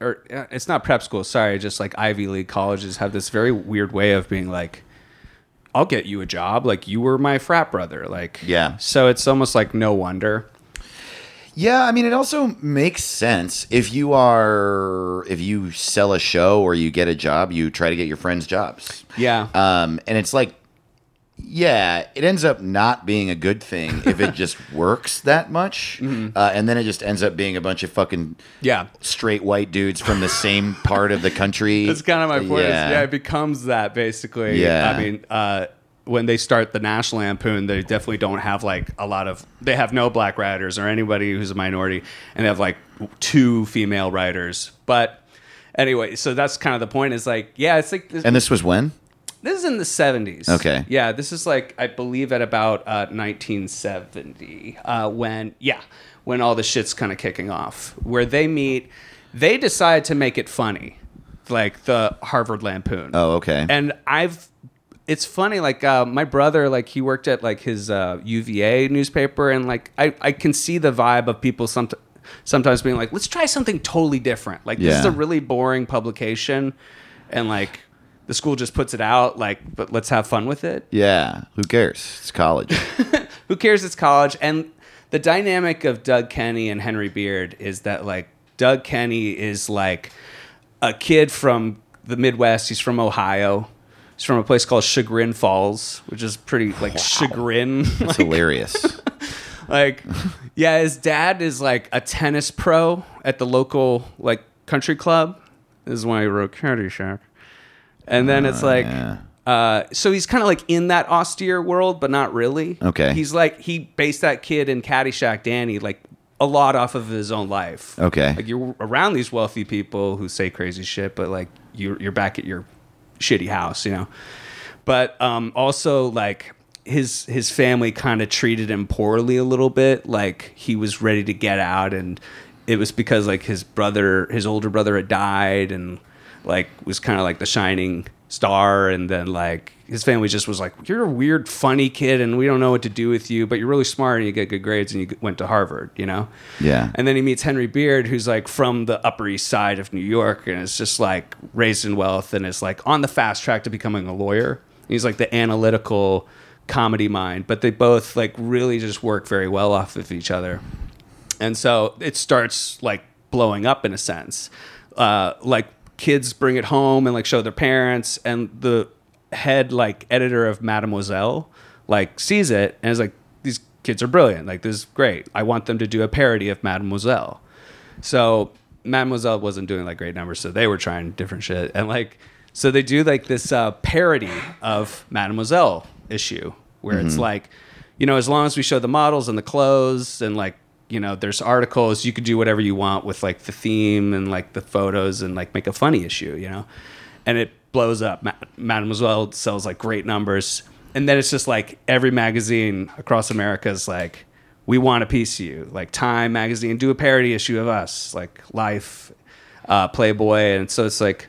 S1: or uh, it's not prep school. Sorry, just like Ivy League colleges have this very weird way of being like. I'll get you a job. Like you were my frat brother. Like
S3: Yeah.
S1: So it's almost like no wonder.
S3: yeah, I mean, it also makes sense if you are if you sell a show or you get a job, you try to get your friends' jobs.
S1: Yeah.
S3: Um, and it's like, yeah, it ends up not being a good thing if it just works that much, uh, and then it just ends up being a bunch of fucking
S1: Mm-hmm. yeah.
S3: straight white dudes from the same part of the country.
S1: That's kind of my point. is, Yeah.
S3: Yeah.
S1: it becomes that basically.
S3: Yeah.
S1: I mean, uh, when they start the National Lampoon, they definitely don't have like a lot of. They have no black writers or anybody who's a minority, and they have like two female writers. But anyway, so that's kind of the point. Is like, yeah, it's like this,
S3: and this was when?
S1: this is in the seventies.
S3: Okay.
S1: Yeah, this is like I believe at about uh, nineteen seventy uh, when yeah when all the shit's kind of kicking off where they meet. They decide to make it funny, like the Harvard Lampoon.
S3: Oh, okay.
S1: And I've, it's funny. Like uh, my brother, like he worked at like his uh, UVA newspaper, and like I, I can see the vibe of people somet sometimes being like, let's try something totally different. Like this is
S3: Yeah.
S1: a really boring publication, and like the school just puts it out. Like, but let's have fun with it
S3: yeah, who cares? It's college.
S1: who cares it's college and the dynamic of doug kenny and henry beard is that like doug kenny is like a kid from the midwest he's from ohio he's from a place called chagrin falls which is pretty like chagrin
S3: It's hilarious.
S1: like yeah his dad is like a tennis pro at the local like country club this is why he wrote caddyshack and then it's like
S3: Oh, yeah.
S1: uh, so he's kind of like in that austere world but not really
S3: Okay.
S1: he's like he based that kid in caddyshack danny like a lot off of his own life
S3: Okay.
S1: like you're around these wealthy people who say crazy shit but like you're, you're back at your shitty house you know but um, also like his his family kind of treated him poorly a little bit. Like he was ready to get out, and it was because like his brother, his older brother, had died, and like was kind of like the shining star. And then like his family just was like, "You're a weird, funny kid, and we don't know what to do with you, but you're really smart, and you get good grades, and you went to Harvard, you know."
S3: Yeah.
S1: And then he meets Henry Beard, who's like from the Upper East Side of New York and is just like raised in wealth and is like on the fast track to becoming a lawyer. He's like the analytical comedy mind, but they both like really just work very well off of each other. And so it starts like blowing up in a sense. Uh, like kids bring it home and like show their parents, and the head like editor of Mademoiselle like sees it and is like, these kids are brilliant. Like this is great. I want them to do a parody of Mademoiselle. So Mademoiselle wasn't doing like great numbers, so they were trying different shit. And like, so they do like this uh, parody of Mademoiselle issue where it's like, you know, as long as we show the models and the clothes and like, you know, there's articles, you could do whatever you want with like the theme and like the photos and like make a funny issue, you know? And it blows up. Ma- Mademoiselle sells like great numbers. And then it's just like every magazine across America is like, we want a piece of you. Like Time magazine, do a parody issue of us, like Life. uh, Playboy, and so it's like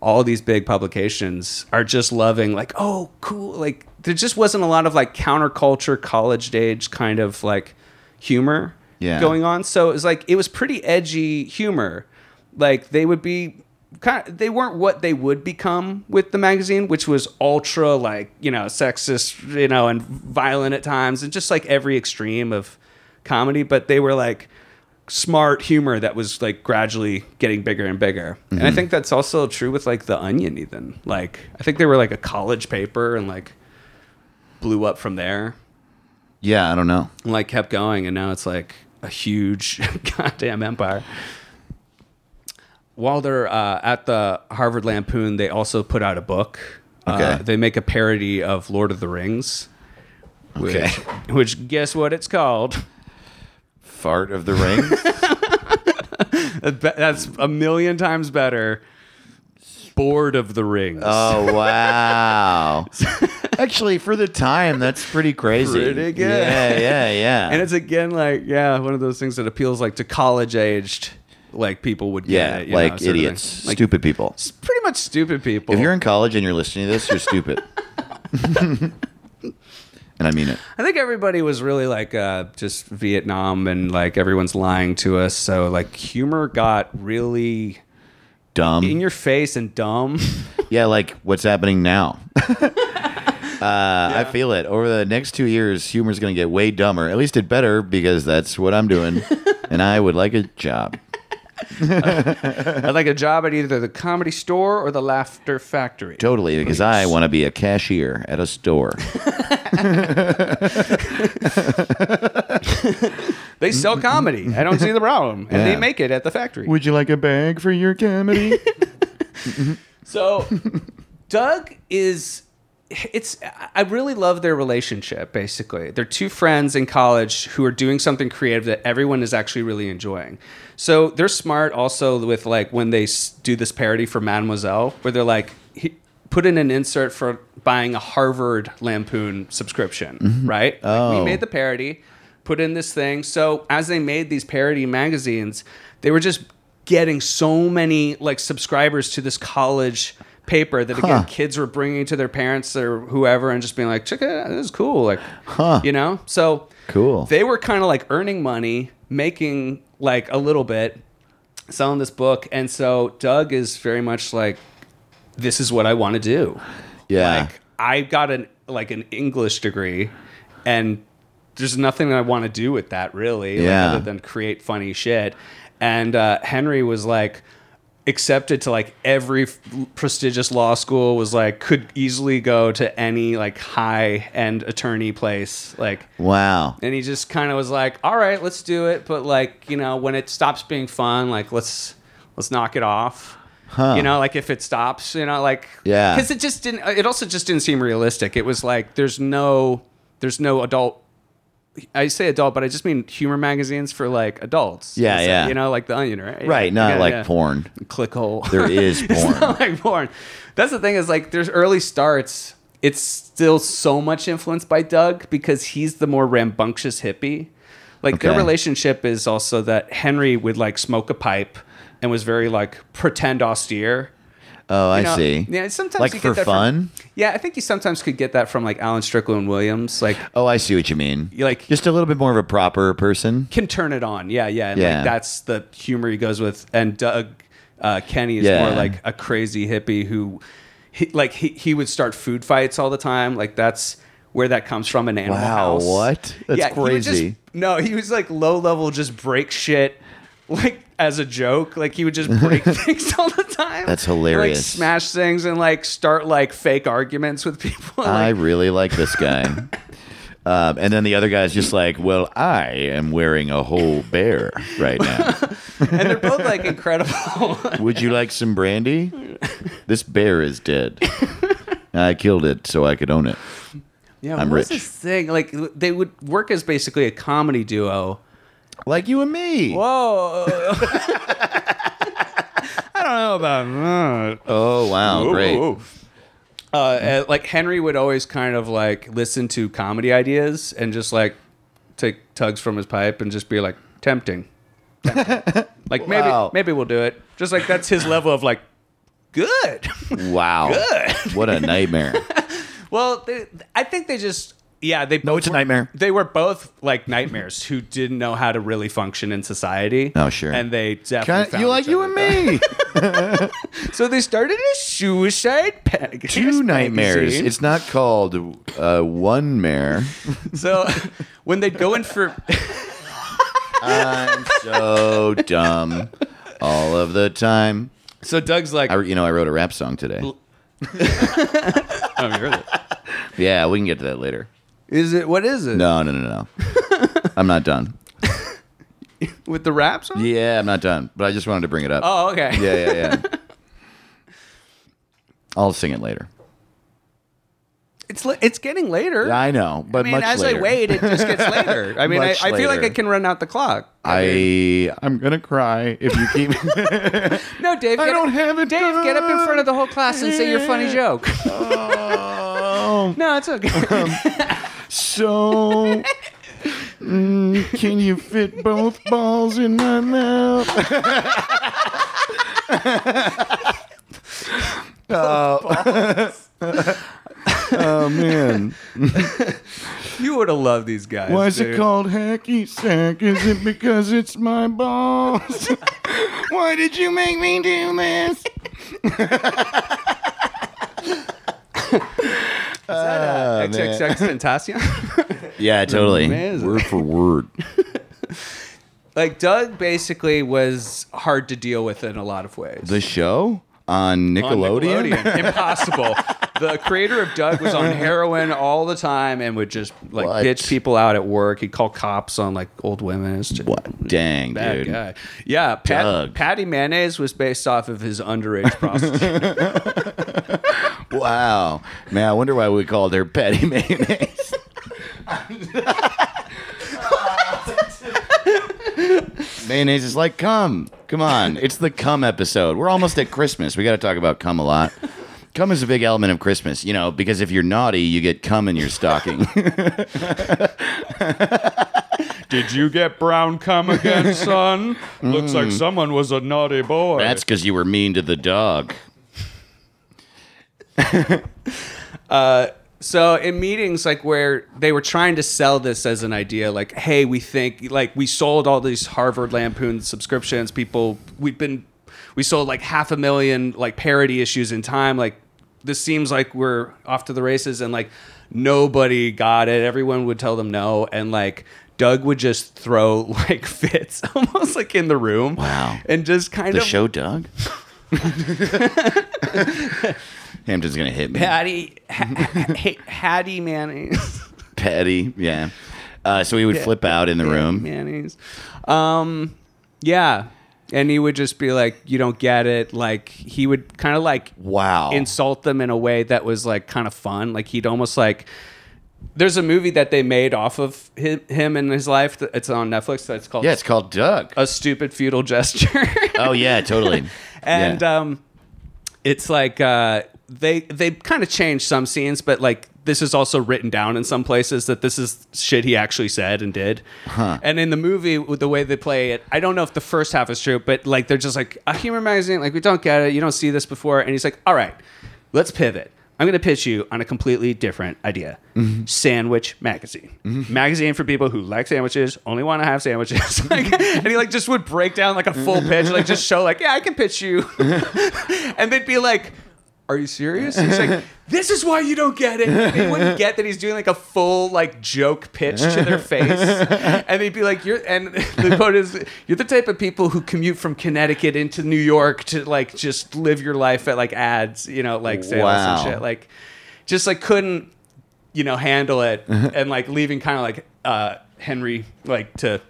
S1: all these big publications are just loving like oh cool like there just wasn't a lot of like counterculture college age kind of like humor
S3: Yeah.
S1: going on so it was like it was pretty edgy humor like they would be kind of, they weren't what they would become with the magazine which was ultra like you know sexist you know and violent at times and just like every extreme of comedy but they were like smart humor that was like gradually getting bigger and bigger. And I think that's also true with like The Onion, even. Like, I think they were like a college paper and like blew up from there
S3: Yeah, I don't know.
S1: and like kept going. And now it's like a huge goddamn empire. While they're uh, at the Harvard Lampoon, they also put out a book. Uh,
S3: Okay.
S1: they make a parody of Lord of the Rings, which,
S3: Okay.
S1: which guess what it's called?
S3: Fart of the ring.
S1: Be- That's a million times better. Uh, Bored of the Rings.
S3: oh wow. Actually, for the time, that's pretty crazy.
S1: Pretty good.
S3: Yeah, yeah, yeah.
S1: and it's again like, yeah, one of those things that appeals like to college aged like people would get
S3: yeah,
S1: it, you know,
S3: like
S1: sort of thing.
S3: idiots,
S1: Like,
S3: stupid people.
S1: s- pretty much stupid people.
S3: If you're in college and you're listening to this, you're stupid. and I mean it.
S1: I think everybody was really like uh, just Vietnam and like everyone's lying to us. So like humor got really
S3: Dumb.
S1: in your face and dumb.
S3: yeah, like what's happening now. uh, I feel it. Over the next two years, humor's going to get way dumber. At least it better because that's what I'm doing. and I would like a job.
S1: I'd like a job at either the comedy store or the laughter factory.
S3: Totally, because I want to be a cashier at a store.
S1: They sell comedy. I don't see the problem. And they
S3: Yeah.
S1: make it at the factory.
S3: would you like a bag for your comedy?
S1: So Doug is it's I really love their relationship basically. They're two friends in college who are doing something creative that everyone is actually really enjoying. So they're smart also with like when they s- do this parody for Mademoiselle where they're like he, put in an insert for buying a Harvard Lampoon subscription, right? Like, we
S3: Oh.
S1: made the parody, put in this thing. So as they made these parody magazines, they were just getting so many like subscribers to this college paper that again
S3: Huh.
S1: kids were bringing to their parents or whoever and just being like check it out this is cool like you know so
S3: Cool.
S1: they were kind of like earning money making like a little bit selling this book and so doug is very much like this is what i want to do
S3: yeah.
S1: like I got an like an English degree, and there's nothing I want to do with that really, like,
S3: Yeah.
S1: other than create funny shit. And uh, Henry was like accepted to like every f- prestigious law school was like could easily go to any like high end attorney place like
S3: wow.
S1: and he just kind of was like all right let's do it but like you know when it stops being fun like let's let's knock it off you know like if it stops you know like
S3: Yeah.
S1: because it just didn't it also just didn't seem realistic it was like there's no there's no adult I say adult, but I just mean humor magazines for like adults.
S3: Yeah,
S1: It's like,
S3: yeah.
S1: you know, like the Onion, right?
S3: Right, not
S1: Yeah,
S3: like
S1: yeah.
S3: porn.
S1: Clickhole.
S3: There is
S1: It's
S3: porn.
S1: not like porn. That's the thing is like there's early starts. It's still so much influenced by Doug because he's the more rambunctious hippie. Like their
S3: Okay.
S1: relationship is also that Henry would like smoke a pipe and was very like pretend austere.
S3: Oh, I
S1: You know,
S3: see.
S1: Yeah, sometimes
S3: like
S1: you
S3: for
S1: get that from-
S3: fun.
S1: yeah, I think you sometimes could get that from like Alan Strickland Williams. Like
S3: oh, I see what you mean.
S1: You like-
S3: just a little bit more of a proper person.
S1: can turn it on. Yeah, yeah. And
S3: Yeah.
S1: Like, that's the humor he goes with. And Doug uh, Kenny is
S3: Yeah.
S1: more like a crazy hippie who, he, like, he, he would start food fights all the time. Like, that's where that comes from in Animal
S3: Wow,
S1: House.
S3: what? That's
S1: he would just-
S3: crazy.
S1: no, he was like low level, just break shit. Like as a joke, like he would just break things all the time.
S3: That's
S1: And,
S3: hilarious.
S1: like smash things and like start like fake arguments with people.
S3: I
S1: Like,
S3: really like this guy. um, and then the other guy's just like, "Well, I am wearing a whole bear right now.
S1: and they're both like incredible.
S3: Would you like some brandy? This bear is dead. I killed it so I could own it.
S1: Yeah,
S3: I'm
S1: what was
S3: rich.
S1: this thing? Like they would work as basically a comedy duo.
S3: Like you and me.
S1: Whoa. I don't know about that.
S3: Oh wow, great.
S1: Uh, and, like Henry would always kind of like listen to comedy ideas and just like take tugs from his pipe and just be like tempting. Tempting. Like maybe
S3: Wow.
S1: maybe we'll do it. Just like that's his level of like good.
S3: Wow.
S1: Good.
S3: What a nightmare.
S1: well, they, I think they just yeah they
S3: No, it's
S1: both
S3: a
S1: were-
S3: nightmare.
S1: They were both like nightmares who didn't know how to really function in society.
S3: Oh, sure.
S1: And they definitely
S3: Kinda-
S1: found
S3: you like
S1: each
S3: you
S1: other.
S3: and me.
S1: So they started a suicide pack.
S3: Two nightmares.
S1: magazine.
S3: It's not called uh, one mare.
S1: So when they go in for
S3: I'm so dumb all of the time.
S1: so Doug's like
S3: I, you know, I wrote a rap song today.
S1: oh, you heard it.
S3: Yeah, we can get to that later.
S1: Is it what is it
S3: No, no, no, no. I'm not done.
S1: with the raps? On?
S3: Yeah, I'm not done. But I just wanted to bring it up.
S1: Oh, okay.
S3: Yeah, yeah, yeah. I'll sing it later.
S1: It's li- it's getting later.
S3: I know, but
S1: I mean,
S3: much
S1: as
S3: later.
S1: I wait, it just gets later. I mean, I,
S3: Much
S1: I feel like
S3: later.
S1: I can run out the clock.
S3: I I'm gonna cry if you keep.
S1: No, Dave.
S3: I
S1: get-
S3: don't have it
S1: Dave, get up in
S3: done.
S1: front of the whole class and say your funny joke.
S3: oh,
S1: no, it's okay.
S3: so mm, can you fit both balls in my mouth? Oh. oh man.
S1: you would have loved these guys.
S3: Why is it
S1: dude.
S3: called hacky sack? Is it because it's my balls? Why did you make me do this?
S1: XXXTentacion?
S3: Yeah, totally.
S1: Amazing.
S3: Word for word.
S1: like Doug basically was hard to deal with in a lot of ways.
S3: The show
S1: On
S3: on Nickelodeon.
S1: Nickelodeon. Impossible. the creator of Doug was on heroin all the time and would just like
S3: What?
S1: bitch people out at work. He'd call cops on like old women. It's just-
S3: What? Dang,
S1: Bad
S3: dude.
S1: guy. Yeah, Pat,
S3: Doug.
S1: Patty Mayonnaise was based off of his underage prostitute.
S3: Wow. Man, I wonder why we called her Patty Mayonnaise. Mayonnaise is like cum. Come on. It's the cum episode. We're almost at Christmas. We got to talk about cum a lot. Cum is a big element of Christmas, you know, because if you're naughty, you get cum in your stocking.
S5: Did you get brown cum again, son? Looks like someone was a naughty boy.
S3: That's because you were mean to the dog.
S1: so in meetings like where they were trying to sell this as an idea like hey we think like we sold all these harvard lampoon subscriptions people we've been we sold like half a million like parody issues in time like this seems like we're off to the races and like nobody got it everyone would tell them no and like doug would just throw like fits almost like in the room
S3: Wow.
S1: and just kind
S3: The
S1: of
S3: show dog? Hampton's going to hit me.
S1: patty Ha- Ha- hattie mayonnaise
S3: Patty, yeah. Uh, so he would flip out in the room.
S1: mayonnaise. Um, yeah, and he would just be like, "You don't get it." Like he would kind of like
S3: Wow.
S1: insult them in a way that was like kind of fun. Like he'd almost like. There's a movie that they made off of him, him and his life. that- It's on Netflix. That's called
S3: yeah, it's called Doug.
S1: "A Stupid Feudal Gesture."
S3: oh yeah, totally.
S1: and
S3: yeah.
S1: um, it's like uh, they they kind of changed some scenes, but like this is also written down in some places that this is shit he actually said and did. And in the movie, with the way they play it, I don't know if the first half is true, but like they're just like a humor magazine, like we don't get it, you don't see this before, and he's like, all right, let's pivot. I'm going to pitch you on a completely different idea. Sandwich magazine. Magazine for people who like sandwiches, only want to have sandwiches. like, and he like just would break down like a full pitch, like just show like, yeah, I can pitch you. and they'd be like, "Are you serious?" And he's like, "This is why you don't get it." And they wouldn't get that he's doing like a full like joke pitch to their face, and they'd be like, "You're." And the quote is, "You're the type of people who commute from Connecticut into New York to like just live your life at like ads, you know, like sales
S3: Wow.
S1: and shit, like just like couldn't." You know, handle it and like leaving kind of like uh Henry like to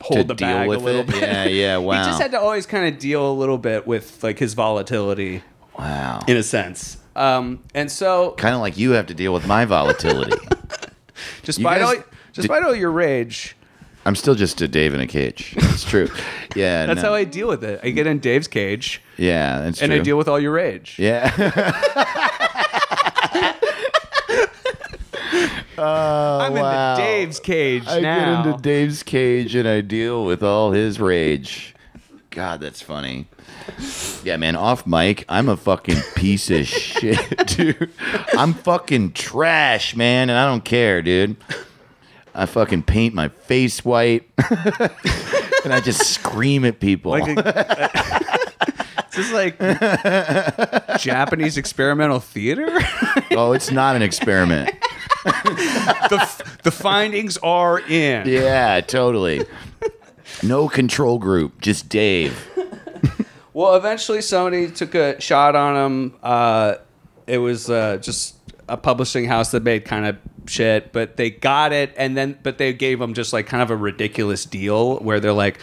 S1: hold
S3: To
S1: the
S3: deal
S1: bag
S3: with
S1: a little
S3: it?
S1: bit.
S3: Yeah, yeah, wow.
S1: he just had to always kind of deal a little bit with like his volatility
S3: wow.
S1: in a sense. Um, and so,
S3: Kind of like you have to deal with my volatility.
S1: despite
S3: guys-
S1: all, despite all your rage,
S3: I'm still just a Dave in a cage. It's true. Yeah.
S1: that's
S3: no.
S1: how I deal with it. I get in Dave's cage
S3: Yeah, that's
S1: and
S3: true.
S1: I deal with all your rage.
S3: Yeah.
S1: I'm
S3: Oh,
S1: in
S3: wow.
S1: the Dave's cage
S3: I
S1: now.
S3: get into Dave's cage and I deal with all his rage. God, that's funny. Yeah, man, off mic, I'm a fucking piece of shit, dude. I'm fucking trash, man, and I don't care, dude. I fucking paint my face white and I just scream at people.
S1: Like Is this like Japanese experimental theater?
S3: oh, it's not an experiment.
S1: the, f- the findings are in.
S3: Yeah, totally. No control group, just Dave.
S1: Well, eventually Sony took a shot on him. Uh, it was uh, just a publishing house that made kind of shit, but they got it, and then but they gave him just like kind of a ridiculous deal where they're like,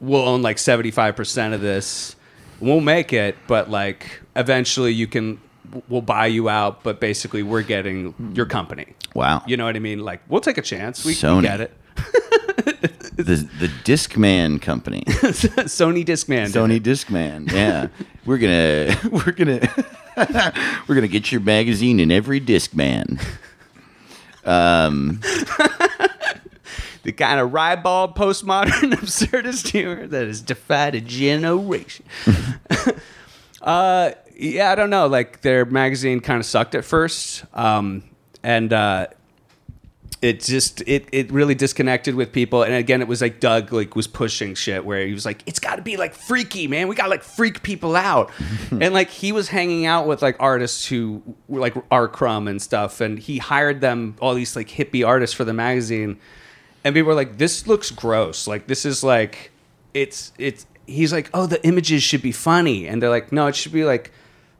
S1: "We'll own like seventy five percent of this. We'll make it, but like eventually you can." We'll buy you out, but basically we're getting your company.
S3: Wow.
S1: You know what I mean? Like we'll take a chance. We, we
S3: Sony.
S1: get it.
S3: The the Discman company.
S1: Sony Discman. did
S3: Sony Discman. Yeah. We're gonna we're gonna we're gonna get your magazine in every Discman.
S1: the kind of ribald postmodern absurdist humor that has defied a generation. uh, yeah, I don't know. Like their magazine kind of sucked at first, um, and uh, it just it it really disconnected with people. And again, it was like Doug like was pushing shit where he was like, "It's got to be like freaky, man. We got to like freak people out." and like he was hanging out with like artists who were like R. Crumb and stuff, and he hired them all these like hippie artists for the magazine and people were like this looks gross like this is like it's it's he's like oh the images should be funny and they're like no it should be like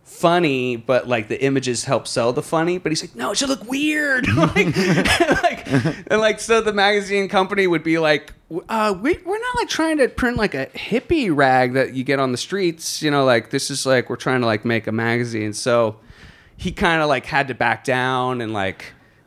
S1: funny but like the images help sell the funny but he's like no it should look weird like, and like and like so the magazine company would be like w- uh we, we're not like trying to print like a hippie rag that you get on the streets you know like this is like we're trying to like make a magazine so he kind of like had to back down and like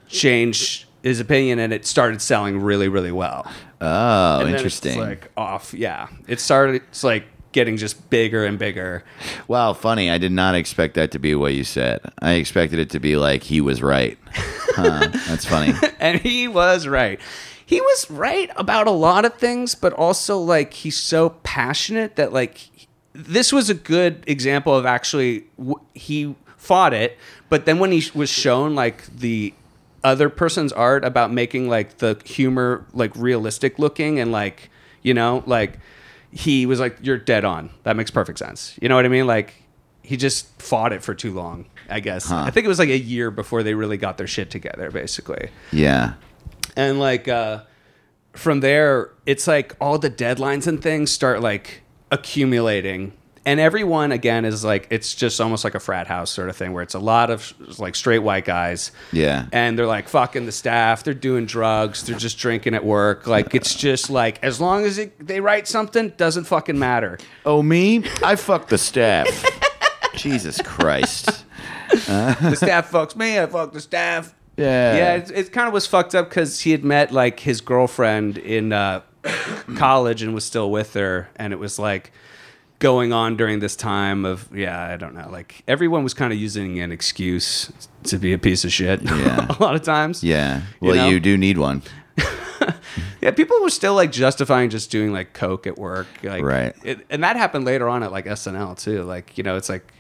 S1: change his opinion and it started selling really really well
S3: Oh,
S1: And then
S3: interesting.
S1: it's like off yeah it started it's like getting just bigger and bigger
S3: wow, funny. I did not expect that to be what you said. I expected it to be like he was right. Huh, that's funny.
S1: and he was right he was right about a lot of things but also like he's so passionate that like this was a good example of actually w- he fought it but then when he was shown like the other person's art about making like the humor like realistic looking and like you know like he was like you're dead on that makes perfect sense you know what i mean like he just fought it for too long i guess i think it was like a year before they really got their shit together basically
S3: Yeah.
S1: and like uh from there it's like all the deadlines and things start like accumulating and everyone again is like it's just almost like a frat house sort of thing where it's a lot of like straight white guys
S3: Yeah.
S1: and they're like fucking the staff they're doing drugs they're just drinking at work like it's just like as long as it, they write something doesn't fucking matter
S3: Oh me? I fucked the staff. Jesus Christ.
S1: the staff fucks me i fuck the staff
S3: Yeah.
S1: yeah, it, it kind of was fucked up because he had met like his girlfriend in uh, college and was still with her, and it was like going on during this time of yeah, I don't know, like everyone was kind of using an excuse to be a piece of shit.
S3: Yeah.
S1: a lot of times.
S3: Yeah.
S1: You
S3: Well, you,
S1: know?
S3: do need one.
S1: yeah. People were still like justifying just doing like coke at work, like
S3: Right.
S1: it- and that happened later on at like SNL too. Like you know, it's like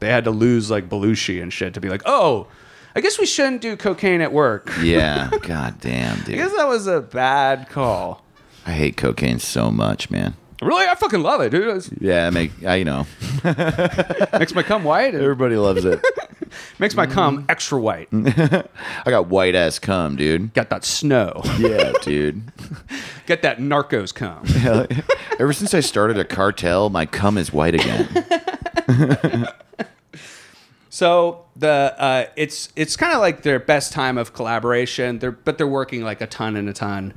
S1: they had to lose like Belushi and shit to be like, oh, I guess we shouldn't do cocaine at work.
S3: Yeah. God damn, dude.
S1: I guess that was a bad call.
S3: I hate cocaine so much, man.
S1: Really, I fucking love it, dude. It
S3: Yeah, I make I know.
S1: makes my cum white. Mm. It
S3: Everybody loves it.
S1: makes my cum extra white.
S3: I got white ass cum, dude.
S1: Got that snow.
S3: Yeah, dude.
S1: Get that narcos cum.
S3: Ever since I started a cartel, my cum is white again.
S1: So the uh, it's it's kind of like their best time of collaboration. They're but they're working like a ton and a ton,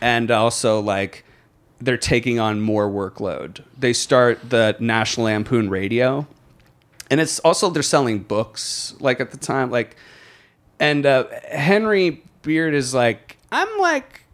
S1: and also like they're taking on more workload. They start the National Lampoon Radio, and it's also they're selling books like at the time like, and uh, Henry Beard is like I'm like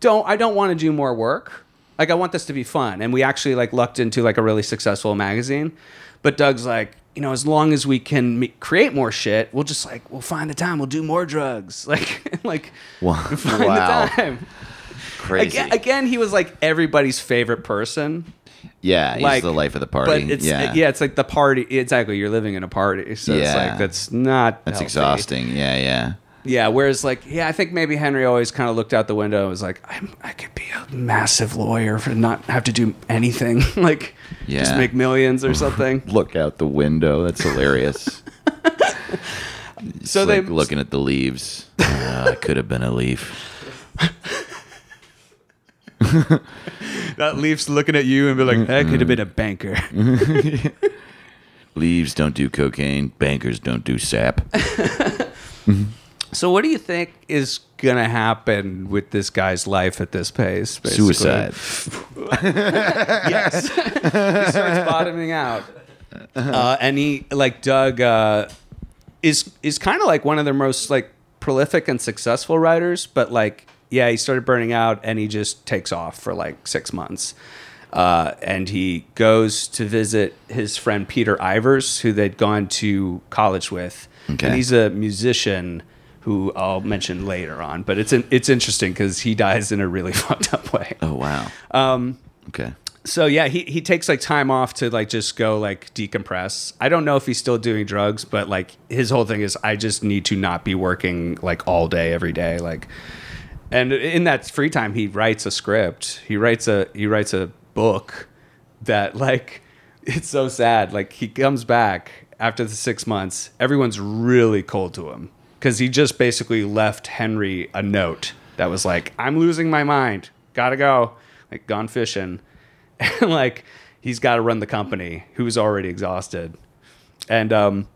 S1: don't I don't want to do more work. Like I want this to be fun. And we actually like lucked into like a really successful magazine. But Doug's like, you know, as long as we can me- create more shit, we'll just like we'll find the time. We'll do more drugs. Like like
S3: Wow.
S1: find the time.
S3: Crazy.
S1: Again, again, he was like everybody's favorite person.
S3: Yeah, he's
S1: Like,
S3: the life of the party.
S1: But it's
S3: yeah,
S1: yeah. it's like the party. Exactly, you're living in a party, so it's
S3: Yeah.
S1: like that's not
S3: That's
S1: healthy.
S3: exhausting. Yeah, yeah.
S1: Yeah, whereas like yeah, I think maybe Henry always kind of looked out the window and was like, I'm, I could be a massive lawyer for not have to do anything, like just
S3: Yeah.
S1: make millions or something.
S3: Look out the window. That's hilarious.
S1: so
S3: It's
S1: they
S3: like looking at the leaves. Uh, I could have been a leaf.
S1: that leaf's looking at you and be like, that could have been a banker.
S3: Leaves don't do cocaine. Bankers don't do sap.
S1: so what do you think is gonna happen with this guy's life at this pace? basically?
S3: Suicide.
S1: yes. he starts bottoming out. Uh, and he like Doug uh, is is kind of like one of the most like prolific and successful writers, but like yeah, he started burning out and he just takes off for like six months. Uh, and he goes to visit his friend Peter Ivers, who they'd gone to college with,
S3: Okay.
S1: and he's a musician who I'll mention later on. But it's in, it's interesting because he dies in a really fucked up way.
S3: Oh wow. Um. Okay.
S1: So yeah, he, he takes like time off to like just go like decompress. I don't know if he's still doing drugs, but like his whole thing is I just need to not be working like all day every day like and in that free time he writes a script. He writes a he writes a book that like it's so sad. Like he comes back after the 6 months, everyone's really cold to him cuz he just basically left Henry a note that was like I'm losing my mind. Got to go. Like gone fishing and like he's got to run the company who's already exhausted and um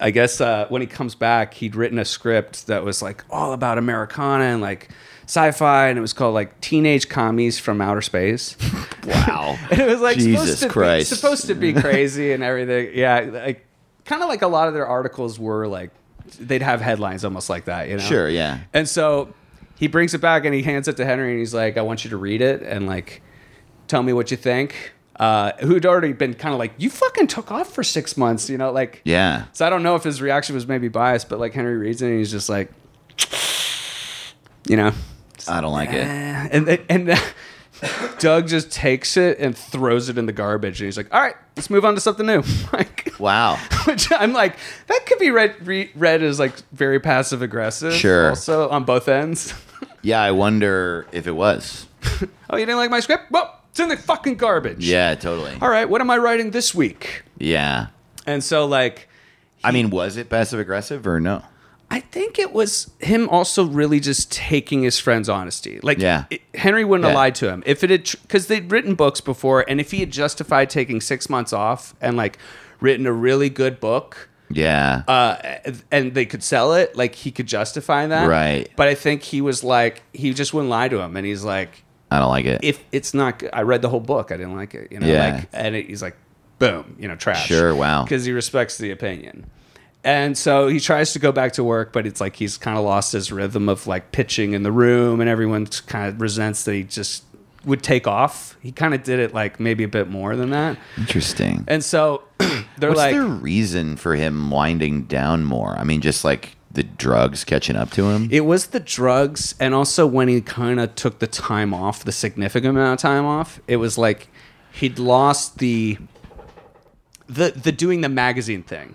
S1: i guess uh when he comes back he'd written a script that was like all about americana and like sci-fi and it was called like teenage commies from outer space
S3: Wow.
S1: and it was like
S3: Jesus
S1: supposed to
S3: Christ.
S1: Be, supposed to be crazy and everything yeah like kind of like a lot of their articles were like they'd have headlines almost like that you know
S3: Sure, yeah.
S1: and so he brings it back and he hands it to Henry and he's like, I want you to read it and like tell me what you think. Uh, who'd already been kind of like, you fucking took off for six months, you know, like.
S3: Yeah.
S1: So I don't know if his reaction was maybe biased, but like Henry reads it and he's just like, you know,
S3: I don't like it.
S1: Eh, and and Doug just takes it and throws it in the garbage and he's like, all right, let's move on to something new. like,
S3: Wow.
S1: which I'm like, that could be read re, read as like very passive aggressive.
S3: Sure.
S1: Also on both ends.
S3: Yeah, I wonder if it was.
S1: Oh, you didn't like my script? Well, it's in the fucking garbage.
S3: Yeah, totally.
S1: All right, what am I writing this week?
S3: Yeah.
S1: And so, like,
S3: I mean, was it passive aggressive or no?
S1: I think it was him also really just taking his friend's honesty. Like,
S3: Yeah.
S1: it- Henry wouldn't have
S3: Yeah.
S1: lied to him. If it had, because they'd written books before, and if he had justified taking six months off and, like, written a really good book,
S3: Yeah.
S1: uh, and they could sell it, like, he could justify that.
S3: Right.
S1: But I think he was like, he just wouldn't lie to him. And he's like,
S3: I don't like it.
S1: if it's not good, I read the whole book. I didn't like it. You know,
S3: Yeah.
S1: like and it, he's like, boom, you know, trash.
S3: Sure, wow.
S1: Because he respects the opinion. And so he tries to go back to work, but it's like he's kind of lost his rhythm of like pitching in the room, and everyone kind of resents that he just would take off. He kind of did it like maybe a bit more than that.
S3: Interesting.
S1: And so they're
S3: What's
S1: like,
S3: their reason for him winding down more? I mean, just like the drugs catching up to him?
S1: It was the drugs, and also when he kind of took the time off, the significant amount of time off, it was like he'd lost the the the doing the magazine thing.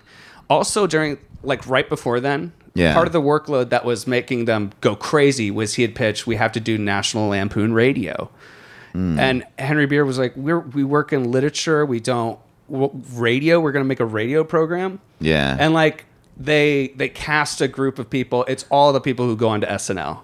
S1: Also during like right before then,
S3: Yeah.
S1: part of the workload that was making them go crazy was he had pitched we have to do National Lampoon Radio. And Henry Beer was like, "We're we work in literature. We don't w- radio. We're going to make a radio program."
S3: Yeah.
S1: and like they they cast a group of people. It's all the people who go on to SNL.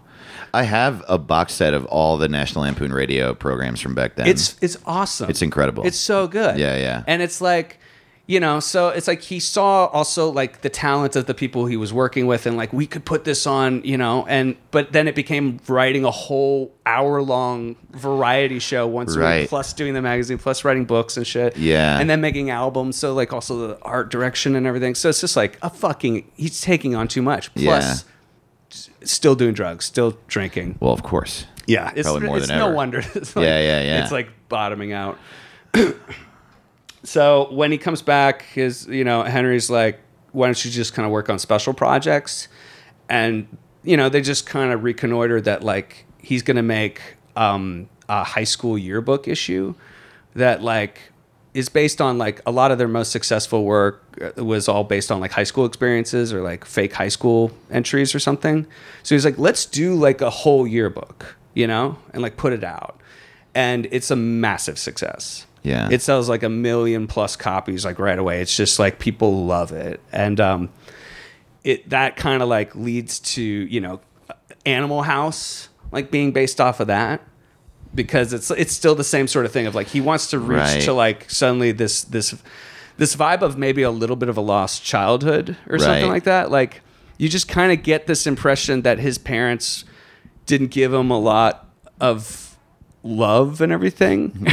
S3: I have a box set of all the National Lampoon radio programs from back then.
S1: It's it's awesome.
S3: It's incredible.
S1: It's so good.
S3: Yeah, yeah.
S1: And it's like, you know, so it's like he saw also like the talent of the people he was working with, and like we could put this on, you know, and but then it became writing a whole hour long variety show once a
S3: Right.
S1: week, plus doing the magazine, plus writing books and shit.
S3: Yeah.
S1: And then making albums, so like also the art direction and everything. So it's just like a fucking he's taking on too much. Plus s- still doing drugs, still drinking.
S3: well, of course.
S1: Yeah, it's,
S3: Probably more
S1: it's
S3: than
S1: no
S3: ever.
S1: wonder. It's
S3: Yeah, yeah, yeah.
S1: It's like bottoming out. so when he comes back, his you know Henry's like, why don't you just kind of work on special projects? And you know they just kind of reconnoiter that like he's going to make um, a high school yearbook issue. that like is based on like a lot of their most successful work uh, was all based on like high school experiences or like fake high school entries or something. So he's like, let's do like a whole yearbook, you know, and like put it out. And it's a massive success.
S3: Yeah.
S1: It sells like a million plus copies like right away. It's just like people love it. And um it that kind of like leads to, you know, Animal House like being based off of that because it's it's still the same sort of thing of like he wants to reach
S3: Right.
S1: to like suddenly this this this vibe of maybe a little bit of a lost childhood or something
S3: Right.
S1: like that like you just kind of get this impression that his parents didn't give him a lot of love and everything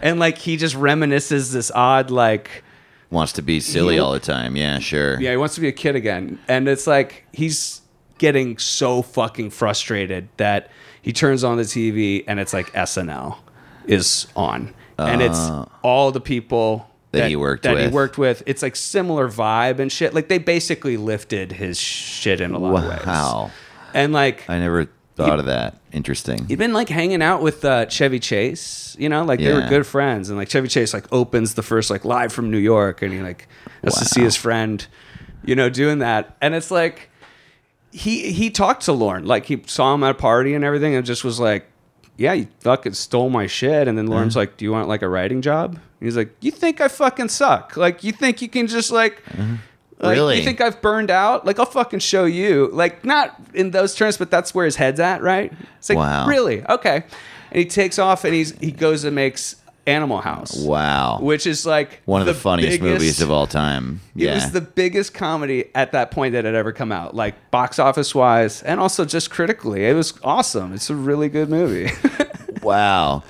S1: and like he just reminisces this odd like
S3: Wants to be silly all the time. Yeah, sure.
S1: yeah, he wants to be a kid again. And it's like he's getting so fucking frustrated that he turns on the TV and it's like SNL is on. and it's all the people
S3: Uh, That he worked
S1: that he
S3: with.
S1: worked with. It's like similar vibe and shit. Like they basically lifted his shit in a lot of ways.
S3: Wow.
S1: And like
S3: I never thought of that. Interesting.
S1: he'd been like hanging out with uh, Chevy Chase, you know, like they were
S3: Yeah.
S1: good friends. And like Chevy Chase like opens the first like live from New York, and he like has to see his friend, you know, doing that. And it's like he he talked to Lauren, like he saw him at a party and everything, and just was like, "Yeah, you fucking stole my shit." And
S3: Uh-huh.
S1: then Lauren's like, "Do you want like a writing job?" And he's like, "You think I fucking suck? Like you think you can just like." Like,
S3: Uh-huh. Really?
S1: You think I've burned out? Like, I'll fucking show you. Like, not in those terms, but that's where his head's at, right? It's like,
S3: Wow.
S1: really? Okay. And he takes off and he's he goes and makes Animal House.
S3: wow.
S1: Which is like
S3: One of the, funniest
S1: biggest-
S3: movies of all time.
S1: It
S3: Yeah.
S1: was the biggest comedy at that point that had ever come out, like box office wise, and also just critically. It was awesome. It's a really good movie.
S3: wow.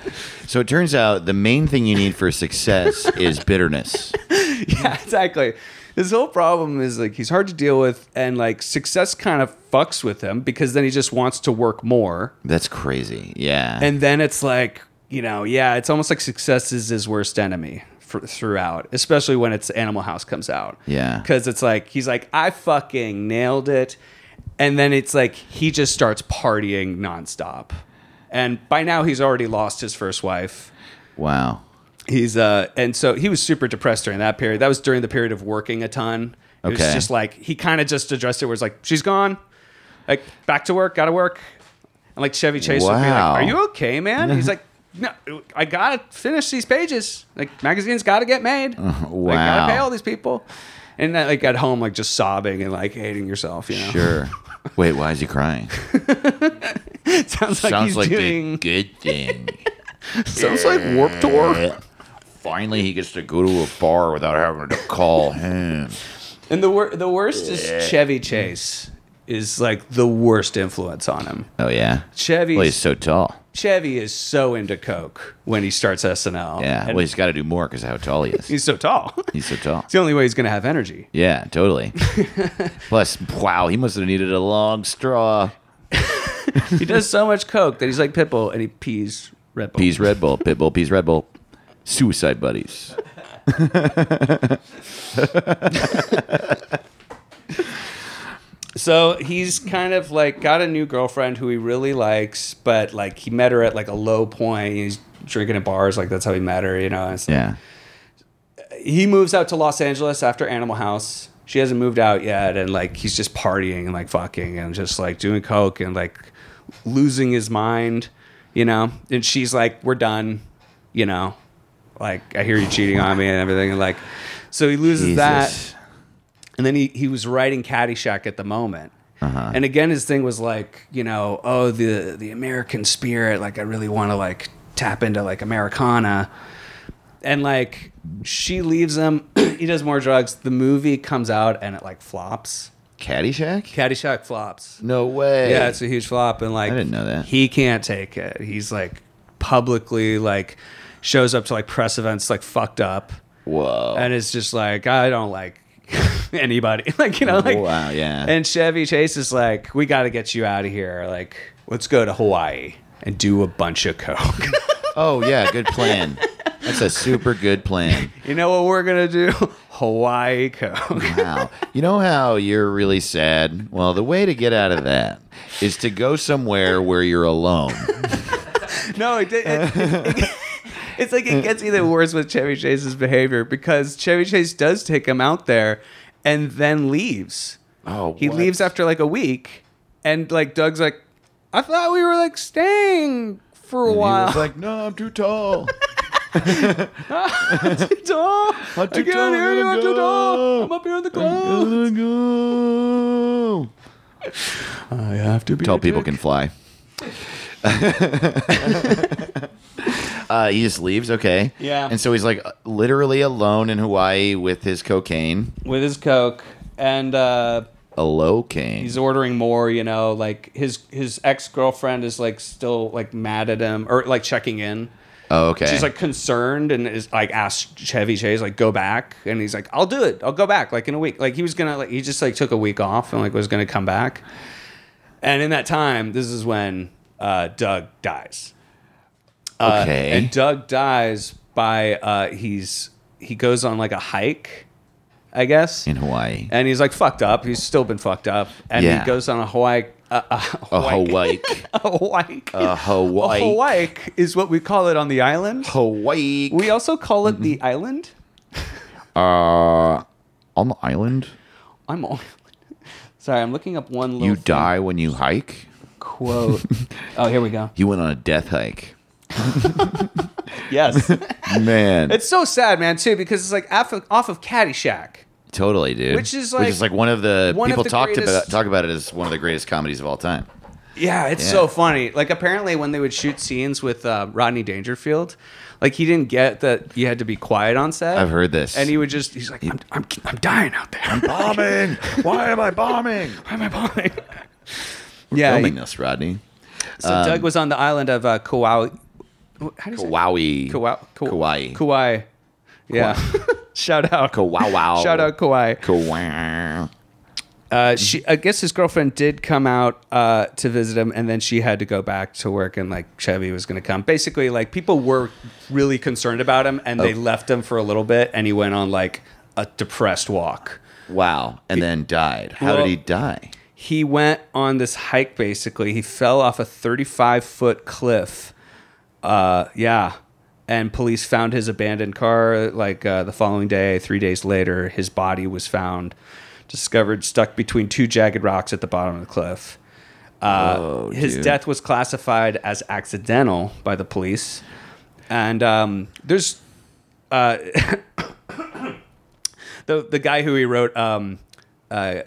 S3: So it turns out the main thing you need for success is bitterness.
S1: yeah, exactly. His whole problem is like he's hard to deal with, and like success kind of fucks with him because then he just wants to work more.
S3: That's crazy. Yeah.
S1: and then it's like you know yeah it's almost like success is his worst enemy for, throughout especially when it's animal house comes out
S3: Yeah.
S1: because it's like he's like i fucking nailed it and then it's like he just starts partying nonstop and by now he's already lost his first wife
S3: wow.
S1: he's uh and so he was super depressed during that period that was during the period of working a ton it was
S3: Okay.
S1: just like he kind of just addressed it where it's like she's gone like back to work gotta work and like chevy chase would be like
S3: Wow.
S1: are you okay man he's like no i gotta finish these pages like magazines gotta get made like
S3: wow.
S1: gotta pay all these people and then like at home like just sobbing and like hating yourself you know
S3: Sure. Wait, why is he crying?
S1: it sounds like
S3: Sounds
S1: he's
S3: like
S1: doing
S3: a good thing.
S1: sounds like warp tour
S3: Finally, he gets to go to a bar without having to call him.
S1: And the wor- the worst is Chevy Chase is like the worst influence on him.
S3: Oh yeah.
S1: Chevy's,
S3: Well, he's so tall.
S1: Chevy is so into coke when he starts SNL.
S3: Yeah.
S1: And
S3: Well, he's got to do more because how tall he is.
S1: he's so tall. it's
S3: He's so tall.
S1: the only way he's gonna have energy.
S3: Yeah, totally. Plus, wow, he must have needed a long straw.
S1: He does so much coke that he's like Pitbull and he pees Red Bull.
S3: Peas Red Bull, Pitbull, Peas Red Bull, Suicide Buddies.
S1: So he's kind of like got a new girlfriend who he really likes, but like he met her at like a low point. He's drinking at bars, like that's how he met her, you know. and it's like-
S3: Yeah.
S1: he moves out to Los Angeles after Animal House. She hasn't moved out yet, and like he's just partying and like fucking and just like doing coke and like losing his mind, you know. And she's like, "We're done," you know. Like I hear you cheating on me and everything, and like so he loses that.
S3: Jesus.
S1: And then he, he was writing Caddyshack at the moment.
S3: Uh-huh.
S1: And again, his thing was like, you know, oh, the, the American spirit. Like, I really want to like tap into like Americana. And like, she leaves him. he does more drugs. The movie comes out and it like flops.
S3: Caddyshack?
S1: Caddyshack flops.
S3: No way.
S1: Yeah, it's a huge flop, and like
S3: I didn't know that.
S1: he can't take it. He's like publicly like shows up to like press events like fucked up,
S3: Whoa.
S1: and it's just like I don't like anybody. like you know, like
S3: wow, yeah.
S1: And Chevy Chase is like, we got to get you out of here. Like, let's go to Hawaii and do a bunch of coke.
S3: oh, yeah, good plan. That's a super good plan.
S1: you know what we're gonna do? Hawaii coke.
S3: Wow. You know how you're really sad? Well, the way to get out of that is to go somewhere where you're alone.
S1: no, it, did- it, it, it's like it gets even worse with Chevy Chase's behavior because Chevy Chase does take him out there and then leaves.
S3: Oh,
S1: he
S3: what?
S1: leaves after like a week, and like Doug's like, I thought we were like staying for a
S3: He
S1: while.
S3: was like, no, I'm too tall.
S1: too tall. I
S3: too
S1: can't
S3: tall,
S1: hear you.
S3: gotta
S1: I'm too tall.
S3: go.
S1: I'm up here in the clouds.
S3: Gotta go.
S1: I have to be.
S3: Tall people can fly. uh, he just leaves. Okay.
S1: Yeah.
S3: And so he's like literally alone in Hawaii with his cocaine.
S1: with his coke, and uh,
S3: Alocane.
S1: he's ordering more. You know, like his his ex girlfriend is like still like mad at him or like checking in.
S3: oh, okay.
S1: She's like concerned and is like asked Chevy Chase like go back, and he's like, "I'll do it. I'll go back like in a week." Like he was gonna like he just like took a week off and like was gonna come back. And in that time, this is when uh, Doug dies. Uh,
S3: okay.
S1: and Doug dies by uh, he's he goes on like a hike, I guess,
S3: in Hawaii.
S1: and he's like fucked up. He's still been fucked up, and
S3: Yeah.
S1: he goes on a Hawaii. Uh, a
S3: a
S1: Hawaii.
S3: Hawaii.
S1: A Hawaii.
S3: a Hawaii.
S1: A Hawaii is what we call it on the island.
S3: Hawaii.
S1: We also call it the
S3: Mm-hmm.
S1: island.
S3: uh, on the island,
S1: I'm all. Sorry, I'm looking up one little
S3: you
S1: thing.
S3: die when you hike.
S1: quote. oh, here we go.
S3: You went on a death hike.
S1: Yes,
S3: Man,
S1: it's so sad, man, too, because it's like off of, off of Caddyshack.
S3: totally, dude.
S1: which is like-
S3: one of the
S1: one of
S3: people
S1: the
S3: talked about
S1: greatest-
S3: talk about it as one of the greatest comedies of all time.
S1: Yeah, it's
S3: Yeah.
S1: so funny. Like apparently, when they would shoot scenes with uh, Rodney Dangerfield, like he didn't get that you had to be quiet on set.
S3: I've heard this.
S1: and he would just he's like, I'm, I'm, I'm dying out there. I'm
S3: bombing. Why am I bombing?
S1: Why am I bombing? yeah.
S3: Filming
S1: he-
S3: this, Um, Rodney.
S1: so Doug was on the island of uh, Kauai. How do you say
S3: Kauai.
S1: Kauai. Kau-
S3: Kauai.
S1: Kauai. Yeah. Shout out.
S3: Kauai.
S1: Shout out Kauai.
S3: Kauai.
S1: Uh, she, I guess his girlfriend did come out uh, to visit him, and then she had to go back to work, and like Chevy was going to come. Basically, like people were really concerned about him, and they left him for a little bit, and he went on like a depressed walk.
S3: Wow. And then died. How
S1: Well-
S3: did he die?
S1: He went on this hike. Basically, he fell off a 35 foot cliff. Uh, yeah, and police found his abandoned car. Like uh, the following day, three days later, his body was found, discovered stuck between two jagged rocks at the bottom of the cliff. Uh,
S3: Oh,
S1: his
S3: dude.
S1: death was classified as accidental by the police, and um, there's uh, the the guy who he wrote um, uh,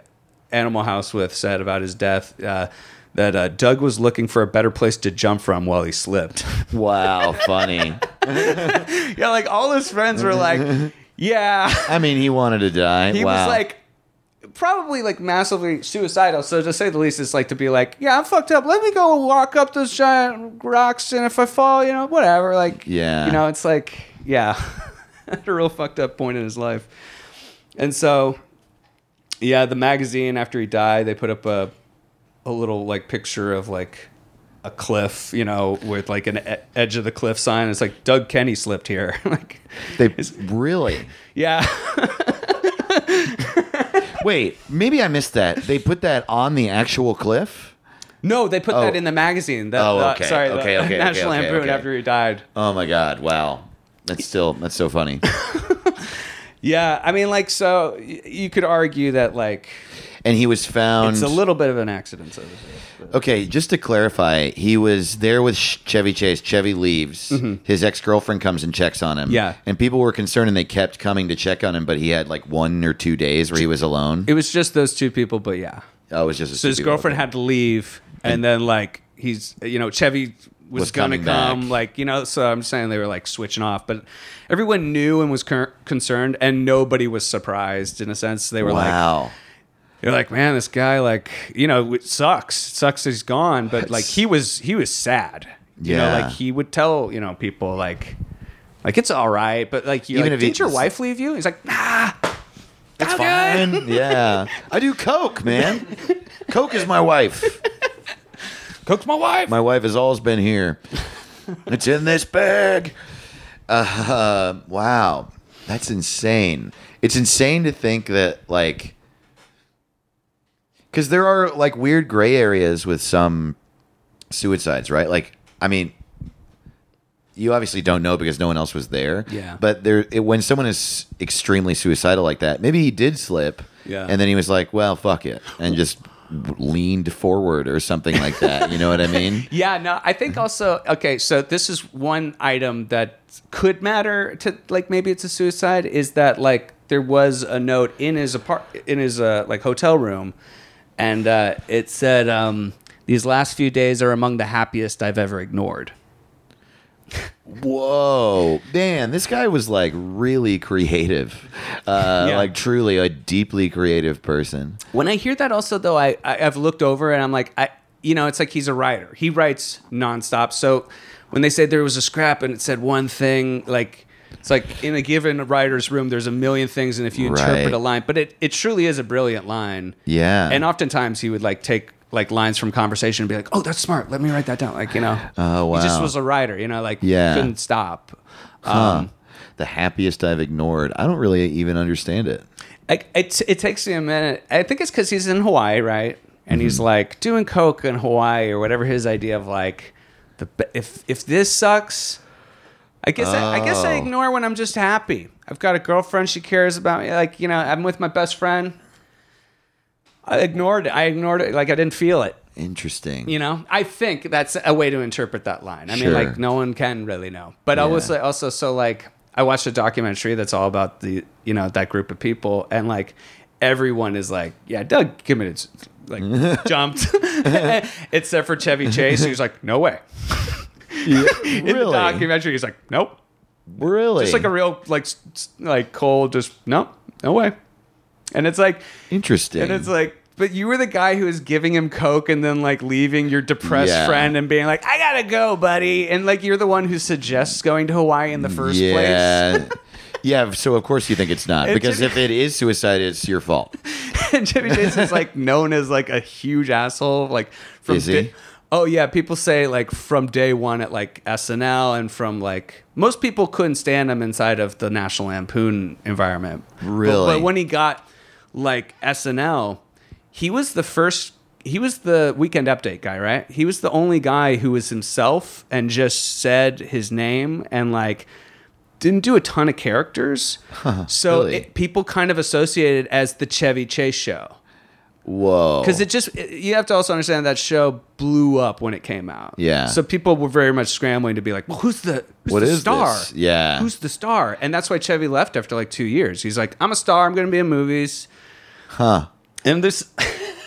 S1: Animal House with said about his death uh, that uh, Doug was looking for a better place to jump from while he slipped.
S3: Wow. Funny.
S1: yeah, like all his friends were like, yeah.
S3: I mean, he wanted to die.
S1: He
S3: wow.
S1: was like probably like massively suicidal. So to say the least, it's like to be like, yeah, I'm fucked up. Let me go walk up those giant rocks, and if I fall, you know, whatever. Like,
S3: Yeah.
S1: you know, it's like, yeah, at a real fucked up point in his life. And so, yeah, the magazine after he died, they put up a a little like picture of like a cliff, you know, with like an e- edge of the cliff sign. It's like Doug Kenny slipped here. like,
S3: they really.
S1: yeah,
S3: Wait, maybe I missed that. They put that on the actual cliff.
S1: No, they put that
S3: Oh.
S1: in the magazine. The,
S3: Oh,
S1: the-
S3: okay.
S1: sorry, the
S3: Okay, okay, okay,
S1: National
S3: okay,
S1: Lampoon
S3: okay.
S1: after he died.
S3: Oh my god! Wow, that's still that's so funny.
S1: Yeah, I mean, like, so y- you could argue that like
S3: And he was found.
S1: it's a little bit of an accident. So to say.
S3: Okay, just to clarify, he was there with Sh- Chevy Chase. Chevy leaves. His ex girlfriend comes and checks on him.
S1: Mm-hmm. Yeah.
S3: and people were concerned, and they kept coming to check on him. But he had like one or two days where he was alone.
S1: It was just those two people, but yeah.
S3: oh, it was just a
S1: So his
S3: stupid little
S1: girlfriend
S3: thing.
S1: had to leave, and then like he's you know Chevy was,
S3: Was
S1: gonna
S3: coming back.
S1: come, like you know. So I'm saying they were like switching off, but everyone knew and was cur- concerned, and nobody was surprised in a sense. They were like,
S3: Wow.
S1: You're like, man, this guy, like, you know, it sucks. It sucks that he's gone, but like, he was, he was sad. You know,
S3: Yeah.
S1: like he would tell, you know, people like, like it's all right, but like, you
S3: Even
S1: like,
S3: if
S1: did
S3: it's-
S1: your wife leave you? He's like, nah, it's
S3: Fine. yeah, I do coke, man. coke is my wife.
S1: Cook's my wife.
S3: My wife has always been here. It's in this bag. Uh, wow, that's insane. It's insane to think that like, because there are like weird gray areas with some suicides, right? Like, I mean, you obviously don't know because no one else was there.
S1: Yeah.
S3: But there, it, when someone is extremely suicidal like that, maybe he did slip.
S1: Yeah.
S3: And then he was like, "Well, fuck it," and just leaned forward or something like that. You know what I mean?
S1: Yeah, no, I think also okay, so this is one item that could matter to like maybe it's a suicide is that like there was a note in his apart in his uh, like hotel room and uh, it said um, these last few days are among the happiest I've ever ignored.
S3: Whoa, man! This guy was like really creative, uh,
S1: Yeah.
S3: like truly a deeply creative person.
S1: When I hear that also though, I, I I've looked over and I'm like, I you know, it's like he's a writer. He writes nonstop. So when they said there was a scrap and it said one thing, like it's like in a given writer's room, there's a million things, and if you
S3: Right.
S1: interpret a line, but it, it truly is a brilliant line.
S3: Yeah.
S1: And oftentimes he would like take like lines from conversation and be like, "Oh, that's smart. Let me write that down." Like you know,
S3: Oh,
S1: he just
S3: wow.
S1: was a writer. You know, like
S3: Yeah.
S1: couldn't stop.
S3: Huh. the happiest I've ignored. I don't really even understand it.
S1: I, it, it takes me a minute. I think it's because he's in Hawaii, right? And he's like doing coke in Hawaii or whatever his idea of like the be- if if this sucks. I guess I, I guess I
S3: Oh.
S1: ignore when I'm just happy. I've got a girlfriend; she cares about me. Like you know, I'm with my best friend. I ignored it. I ignored it. Like I didn't feel it.
S3: Interesting.
S1: You know, I think that's a way to interpret that line. I
S3: Sure.
S1: mean, like no one can really know. But I was
S3: Yeah.
S1: also so like I watched a documentary that's all about the you know that group of people, and like everyone is like, yeah, Doug committed s- like jumped, except for Chevy Chase, who's like, no way. In the
S3: Really?
S1: documentary, he's like, nope.
S3: really?
S1: It's like a real like s- s- like cold, just no, no way. And it's like
S3: Interesting.
S1: and it's like, but you were the guy who was giving him coke and then like leaving your depressed
S3: Yeah.
S1: friend and being like, "I gotta go, buddy," and like you're the one who suggests going to Hawaii in the first
S3: yeah. yeah, so of course you think it's not. because
S1: just-
S3: if it is suicide, it's your fault.
S1: place. and Jimmy Jason's like known as like a huge asshole. Like from
S3: Is he?
S1: day- oh yeah, people say like from day one at like SNL and from like most people couldn't stand him inside of the National Lampoon environment. But-
S3: Really?
S1: but when he got like SNL, he was the first he was the weekend update guy, right? He was the only guy who was himself and just said his name and like didn't do a ton of characters. so
S3: really?
S1: it, people kind of associated as the Chevy Chase show.
S3: Whoa.
S1: Because it just, it- you have to also understand that show blew up when it came out.
S3: Yeah.
S1: So people were very much scrambling to be like, well, who's the, who's
S3: What
S1: the
S3: is
S1: star?
S3: this? Yeah.
S1: Who's the star? And that's why Chevy left after like two years. He's like, I'm a star. I'm going to be in movies. Huh. And there's,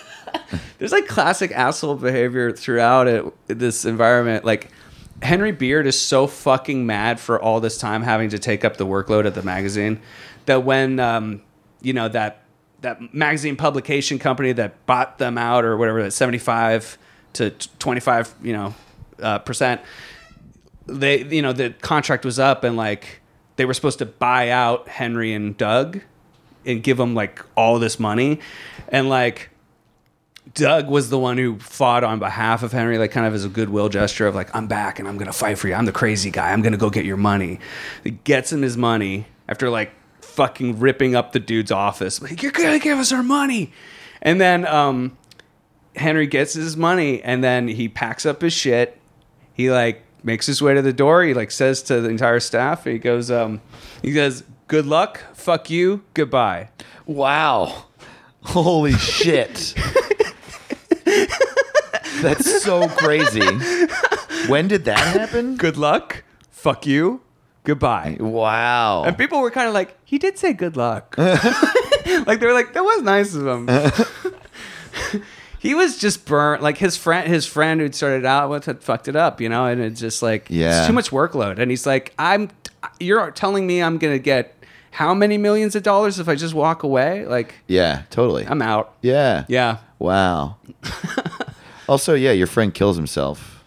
S1: there's like classic asshole behavior throughout it, this environment. Like, Henry Beard is so fucking mad for all this time having to take up the workload of the magazine that when, um, you know, that that magazine publication company that bought them out or whatever, that 75 to 25, you know, uh, percent, they you know the contract was up and like they were supposed to buy out Henry and Doug and give them like all this money and like Doug was the one who fought on behalf of Henry like kind of as a goodwill gesture of like I'm back and I'm going to fight for you. I'm the crazy guy. I'm going to go get your money. He gets him his money after like fucking ripping up the dude's office. Like you're going to give us our money. And then um Henry gets his money and then he packs up his shit he like makes his way to the door. He like says to the entire staff, he goes, um, he says, "Good luck, fuck you, goodbye."
S3: wow. Holy shit. That's so crazy. When did that happen?
S1: Good luck, fuck you, goodbye.
S3: Wow.
S1: And people were kind of like, he did say good luck. like they were like, that was nice of him. he was just burnt. Like his friend, his friend who'd started out with had fucked it up, you know. And it's just like,
S3: Yeah.
S1: it's too much workload. And he's like, I'm, you're telling me I'm gonna get how many millions of dollars if I just walk away? Like
S3: yeah, totally.
S1: I'm out.
S3: yeah.
S1: Yeah.
S3: Wow. also, yeah, your friend kills himself.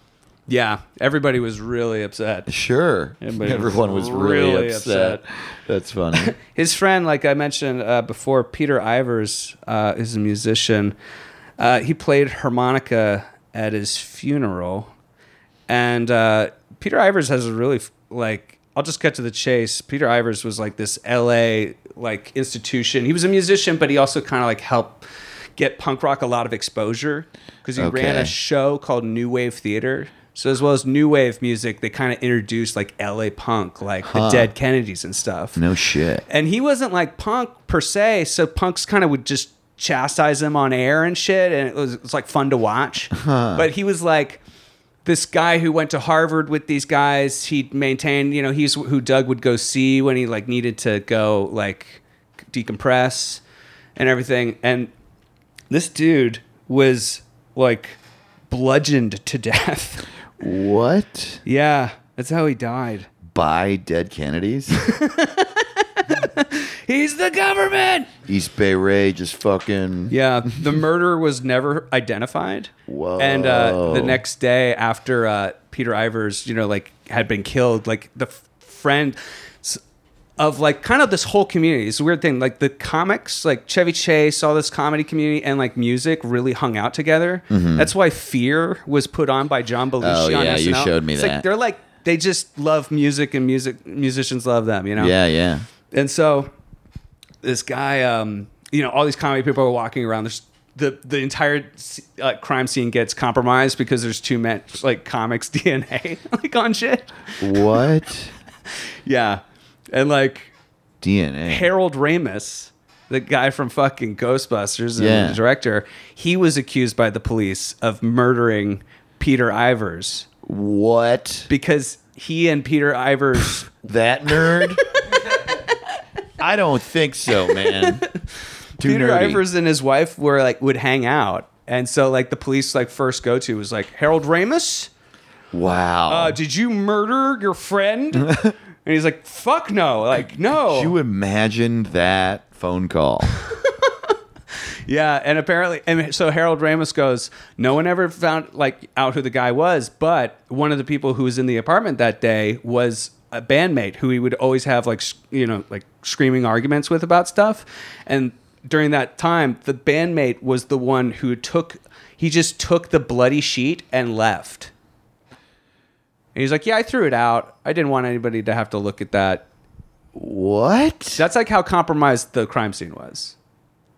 S1: Yeah. Everybody was really upset.
S3: Sure.
S1: Everybody was
S3: Everyone was really,
S1: really
S3: upset. That's funny.
S1: His friend, like I mentioned uh, before, Peter Ivers uh, is a musician. Uh, he played harmonica at his funeral. And uh, Peter Ivers has a really, f- like, I'll just cut to the chase. Peter Ivers was like this LA, like, institution. He was a musician, but he also kind of like helped get punk rock a lot of exposure because he ran
S3: Okay.
S1: a show called New Wave Theater. So as well as new wave music, they kind of introduced like LA punk, like the Dead Kennedys and stuff.
S3: No shit.
S1: And he wasn't like punk per se, so punks kind of would just chastise him on air and shit, and it was, it was like fun to watch. But he was like this guy who went to Harvard with these guys. He maintained, you know, he's who Doug would go see when he like needed to go like decompress and everything. And this dude was like bludgeoned to death.
S3: What?
S1: yeah, that's how he died.
S3: By Dead Kennedys?
S1: He's the government.
S3: East Bay Ray just fucking.
S1: Yeah, the murderer was never identified.
S3: Whoa.
S1: And uh, the next day, after uh, Peter Ivers, you know, like had been killed, like the f- friend s- of like kind of this whole community. It's a weird thing. Like the comics, like Chevy Chase, all this comedy community, and like music really hung out together. That's why Fear was put on by John Belushi.
S3: Mm-hmm. Oh,
S1: on
S3: yeah, you
S1: SNL.
S3: showed me
S1: It's
S3: that.
S1: Like, they're like they just love music, and music musicians love them. You know.
S3: Yeah, yeah.
S1: And so this guy, um, you know, all these comedy people are walking around. There's the the entire uh, crime scene gets compromised because there's too much like comics DNA like on shit.
S3: What?
S1: Yeah, and like
S3: DNA.
S1: Harold Ramis, the guy from fucking Ghostbusters and
S3: Yeah.
S1: the director, he was accused by the police of murdering Peter Ivers
S3: What?
S1: because he and Peter Ivers
S3: That nerd? I don't think so, man. Too
S1: Peter
S3: nerdy.
S1: Ivers and his wife were like would hang out, and so like the police like first go to was like Harold Ramis.
S3: Wow.
S1: Uh, did you murder your friend? and he's like, fuck no, like no.
S3: Could you imagine that phone call?
S1: yeah, and apparently, and so Harold Ramis goes, no one ever found like out who the guy was, but one of the people who was in the apartment that day was a bandmate who he would always have like s- you know like screaming arguments with about stuff, and during that time, the bandmate was the one who took he just took the bloody sheet and left. And he's like, yeah, I threw it out. I didn't want anybody to have to look at that.
S3: what?
S1: That's like how compromised the crime scene was.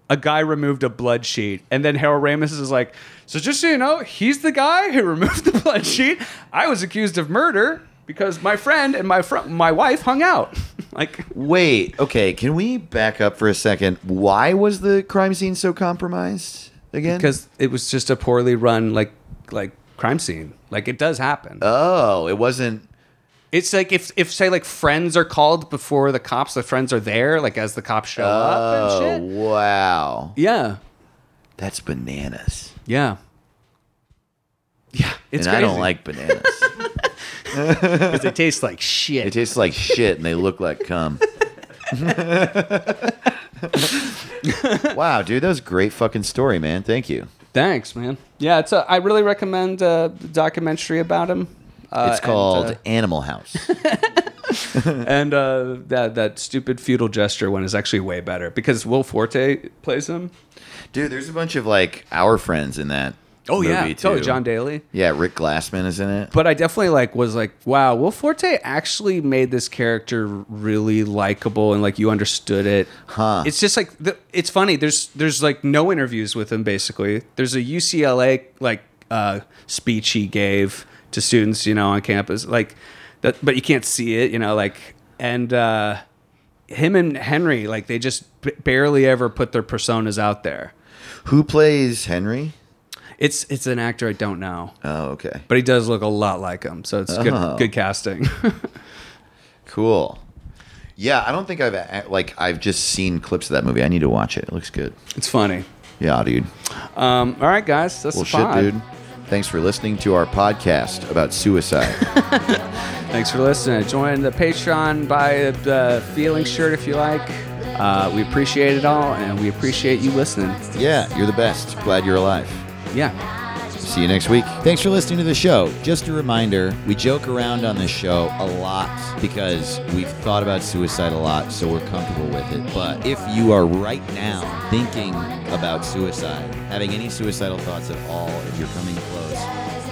S1: A guy removed a blood sheet, and then Harold Ramis is like, "So just so you know, he's the guy who removed the blood sheet. I was accused of murder because my friend and my fr- my wife hung out." like,
S3: Wait, okay, can we back up for a second? Why was the crime scene so compromised again?
S1: because it was just a poorly run like like crime scene. Like it does happen.
S3: Oh, it wasn't
S1: it's like if if say like friends are called before the cops, the friends are there like as the cops show up
S3: Oh,
S1: and shit.
S3: wow.
S1: Yeah,
S3: That's bananas.
S1: yeah, yeah. It's
S3: and I
S1: crazy.
S3: don't like bananas.
S1: It tastes like shit.
S3: It tastes like shit and they look like cum. wow, dude, that was a great fucking story, man. Thank you.
S1: Thanks, man. Yeah, it's a, I really recommend a documentary about him. Uh,
S3: It's
S1: and,
S3: called
S1: uh,
S3: Animal House.
S1: and, uh, that that stupid feudal gesture one is actually way better because Will Forte plays him.
S3: dude, there's a bunch of like our friends in that. movie, too.
S1: Oh, totally John Daly.
S3: Yeah, Rick Glassman is in it.
S1: But I definitely like was like, wow, Will Forte actually made this character really likable and like you understood it.
S3: Huh.
S1: It's just like the, it's funny. There's there's like no interviews with him basically. There's a UCLA like uh, speech he gave to students, you know, on campus. Like that, but you can't see it, you know. Like and uh, him and Henry, like they just b- barely ever put their personas out there.
S3: Who plays Henry?
S1: It's it's an actor I don't know
S3: Oh, okay.
S1: but he does look a lot like him. So it's
S3: Oh.
S1: good, good casting.
S3: Cool. Yeah, I don't think I've a- like I've just seen clips of that movie. I need to watch it. It looks good.
S1: it's funny.
S3: Yeah, dude.
S1: Um, all right, guys, that's
S3: Well,
S1: the pod.
S3: shit, dude. Thanks for listening to our podcast about suicide.
S1: Thanks for listening. Join the Patreon, buy the feeling shirt if you like. Uh, we appreciate it all, and we appreciate you listening.
S3: yeah, you're the best. Glad you're alive.
S1: Yeah.
S3: See you next week.
S6: Thanks for listening to the show. Just a reminder, we joke around on this show a lot because we've thought about suicide a lot, so we're comfortable with it. But if you are right now thinking about suicide, having any suicidal thoughts at all, if you're coming close,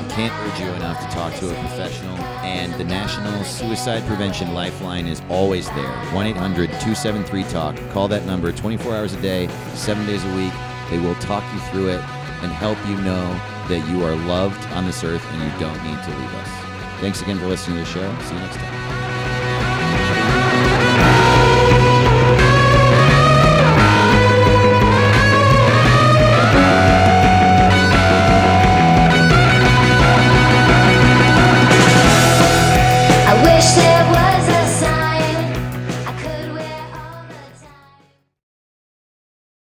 S6: we can't urge you enough to talk to a professional. And the National Suicide Prevention Lifeline is always there 1 800 273 TALK. Call that number 24 hours a day, seven days a week. They will talk you through it and help you know
S3: that you are loved on this earth and you don't need to leave us. Thanks again for listening to the show. See you next time.